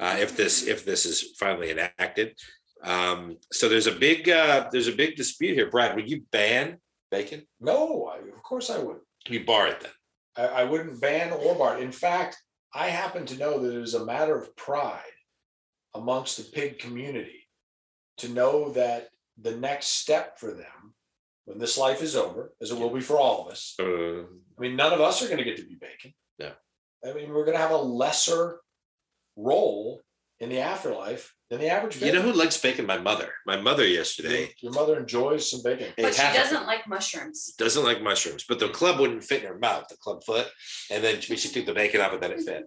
Speaker 3: uh, if this if this is finally enacted. Um, so there's a big uh, there's a big dispute here. Brad, would you ban bacon?
Speaker 4: No, I, of course I would.
Speaker 3: You bar it then.
Speaker 4: I, I wouldn't ban or bar. it. In fact, I happen to know that it is a matter of pride amongst the pig community to know that the next step for them, when this life is over, as it will be for all of us,
Speaker 3: Uh,
Speaker 4: I mean, none of us are going to get to be bacon.
Speaker 3: No.
Speaker 4: I mean, we're going to have a lesser role in the afterlife than the average.
Speaker 3: you know
Speaker 4: bacon.
Speaker 3: who likes bacon? My mother. My mother
Speaker 4: Your-
Speaker 3: yesterday
Speaker 4: Your mother enjoys some bacon.
Speaker 3: ate
Speaker 5: But she
Speaker 3: half of it.
Speaker 5: doesn't like mushrooms.
Speaker 3: doesn't like mushrooms, but the club wouldn't fit in her mouth, the club foot. And then she, she took the bacon off and then it fit.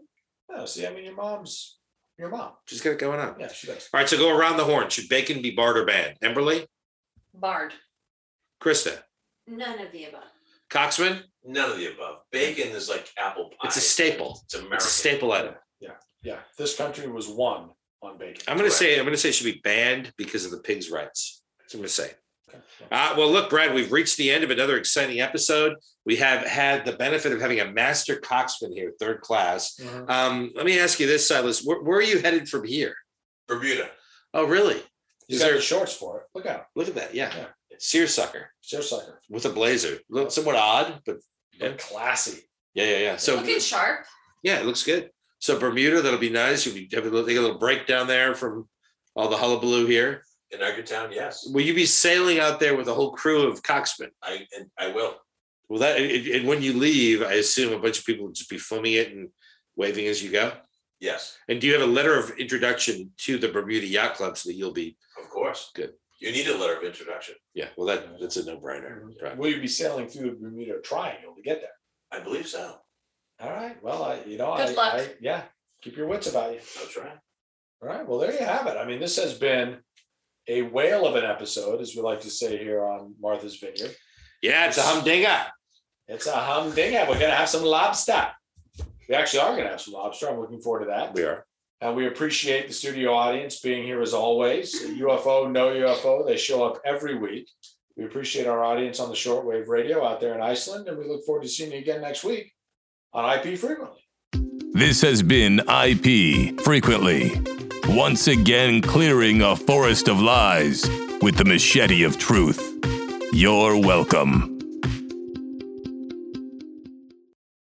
Speaker 4: No, see, I mean, your mom's your mom.
Speaker 3: She's got it going on.
Speaker 4: Yeah, she does.
Speaker 3: All right, so go around the horn. Should bacon be barred or banned? Emberly,
Speaker 5: Barred.
Speaker 3: Krista,
Speaker 6: None of the above.
Speaker 3: Coxman,
Speaker 7: None of the above. Bacon is like apple pie.
Speaker 3: it's a staple.
Speaker 7: It's American.
Speaker 3: It's a staple item.
Speaker 4: Yeah, this country was one on bacon.
Speaker 3: I'm gonna say I'm gonna say it should be banned because of the pig's rights. That's what I'm gonna say.
Speaker 4: Okay.
Speaker 3: Uh, well, look, Brad, we've reached the end of another exciting episode. We have had the benefit of having a master coxman here, third class.
Speaker 5: Uh-huh.
Speaker 4: Mhm.
Speaker 3: Um, let me ask you this, Silas. Where, where are you headed from here?
Speaker 7: Bermuda.
Speaker 3: Oh, really?
Speaker 4: He's
Speaker 3: Is
Speaker 4: got
Speaker 3: there
Speaker 4: the shorts for it. Look out,
Speaker 3: Look at that. Yeah.
Speaker 4: Yeah.
Speaker 3: Seersucker
Speaker 4: seersucker.
Speaker 3: with a blazer. Look somewhat odd, but Yeah.
Speaker 4: Classy.
Speaker 3: yeah, yeah, yeah. So
Speaker 5: Looking sharp.
Speaker 3: yeah, it looks good. So Bermuda, that'll be nice. You'll be have a little, take a little break down there from all the hullabaloo here.
Speaker 7: In Town, yes.
Speaker 3: Will you be sailing out there with a whole crew of coxswain?
Speaker 7: I and I will.
Speaker 3: Well, that and- and when you leave, I assume a bunch of people will just be filming it and waving as you go.
Speaker 7: Yes,
Speaker 3: And do you have a letter of introduction to the Bermuda Yacht Club so that you'll be?
Speaker 7: of course.
Speaker 3: Good.
Speaker 7: You need a letter of introduction.
Speaker 3: Yeah, well, that that's a no-brainer. Right.
Speaker 4: Will you be sailing through the Bermuda Triangle to get there?
Speaker 7: I believe so.
Speaker 4: All right. Well, I, you know,
Speaker 5: Good
Speaker 4: I,
Speaker 5: luck.
Speaker 4: I, yeah, keep your wits about you.
Speaker 7: I'll try.
Speaker 4: All right. Well, there you have it. I mean, this has been a whale of an episode, as we like to say here on Martha's Vineyard.
Speaker 3: Yeah, it's a humdinger.
Speaker 4: It's a humdinger. We're gonna have some lobster. We actually are gonna have some lobster. I'm looking forward to that.
Speaker 3: We are.
Speaker 4: And we appreciate the studio audience being here as always. UFO, no UFO, they show up every week. We appreciate our audience on the shortwave radio out there in Iceland, and we look forward to seeing you again next week on IP Frequently.
Speaker 1: This has been IP Frequently, once again clearing a forest of lies with the machete of truth. You're welcome.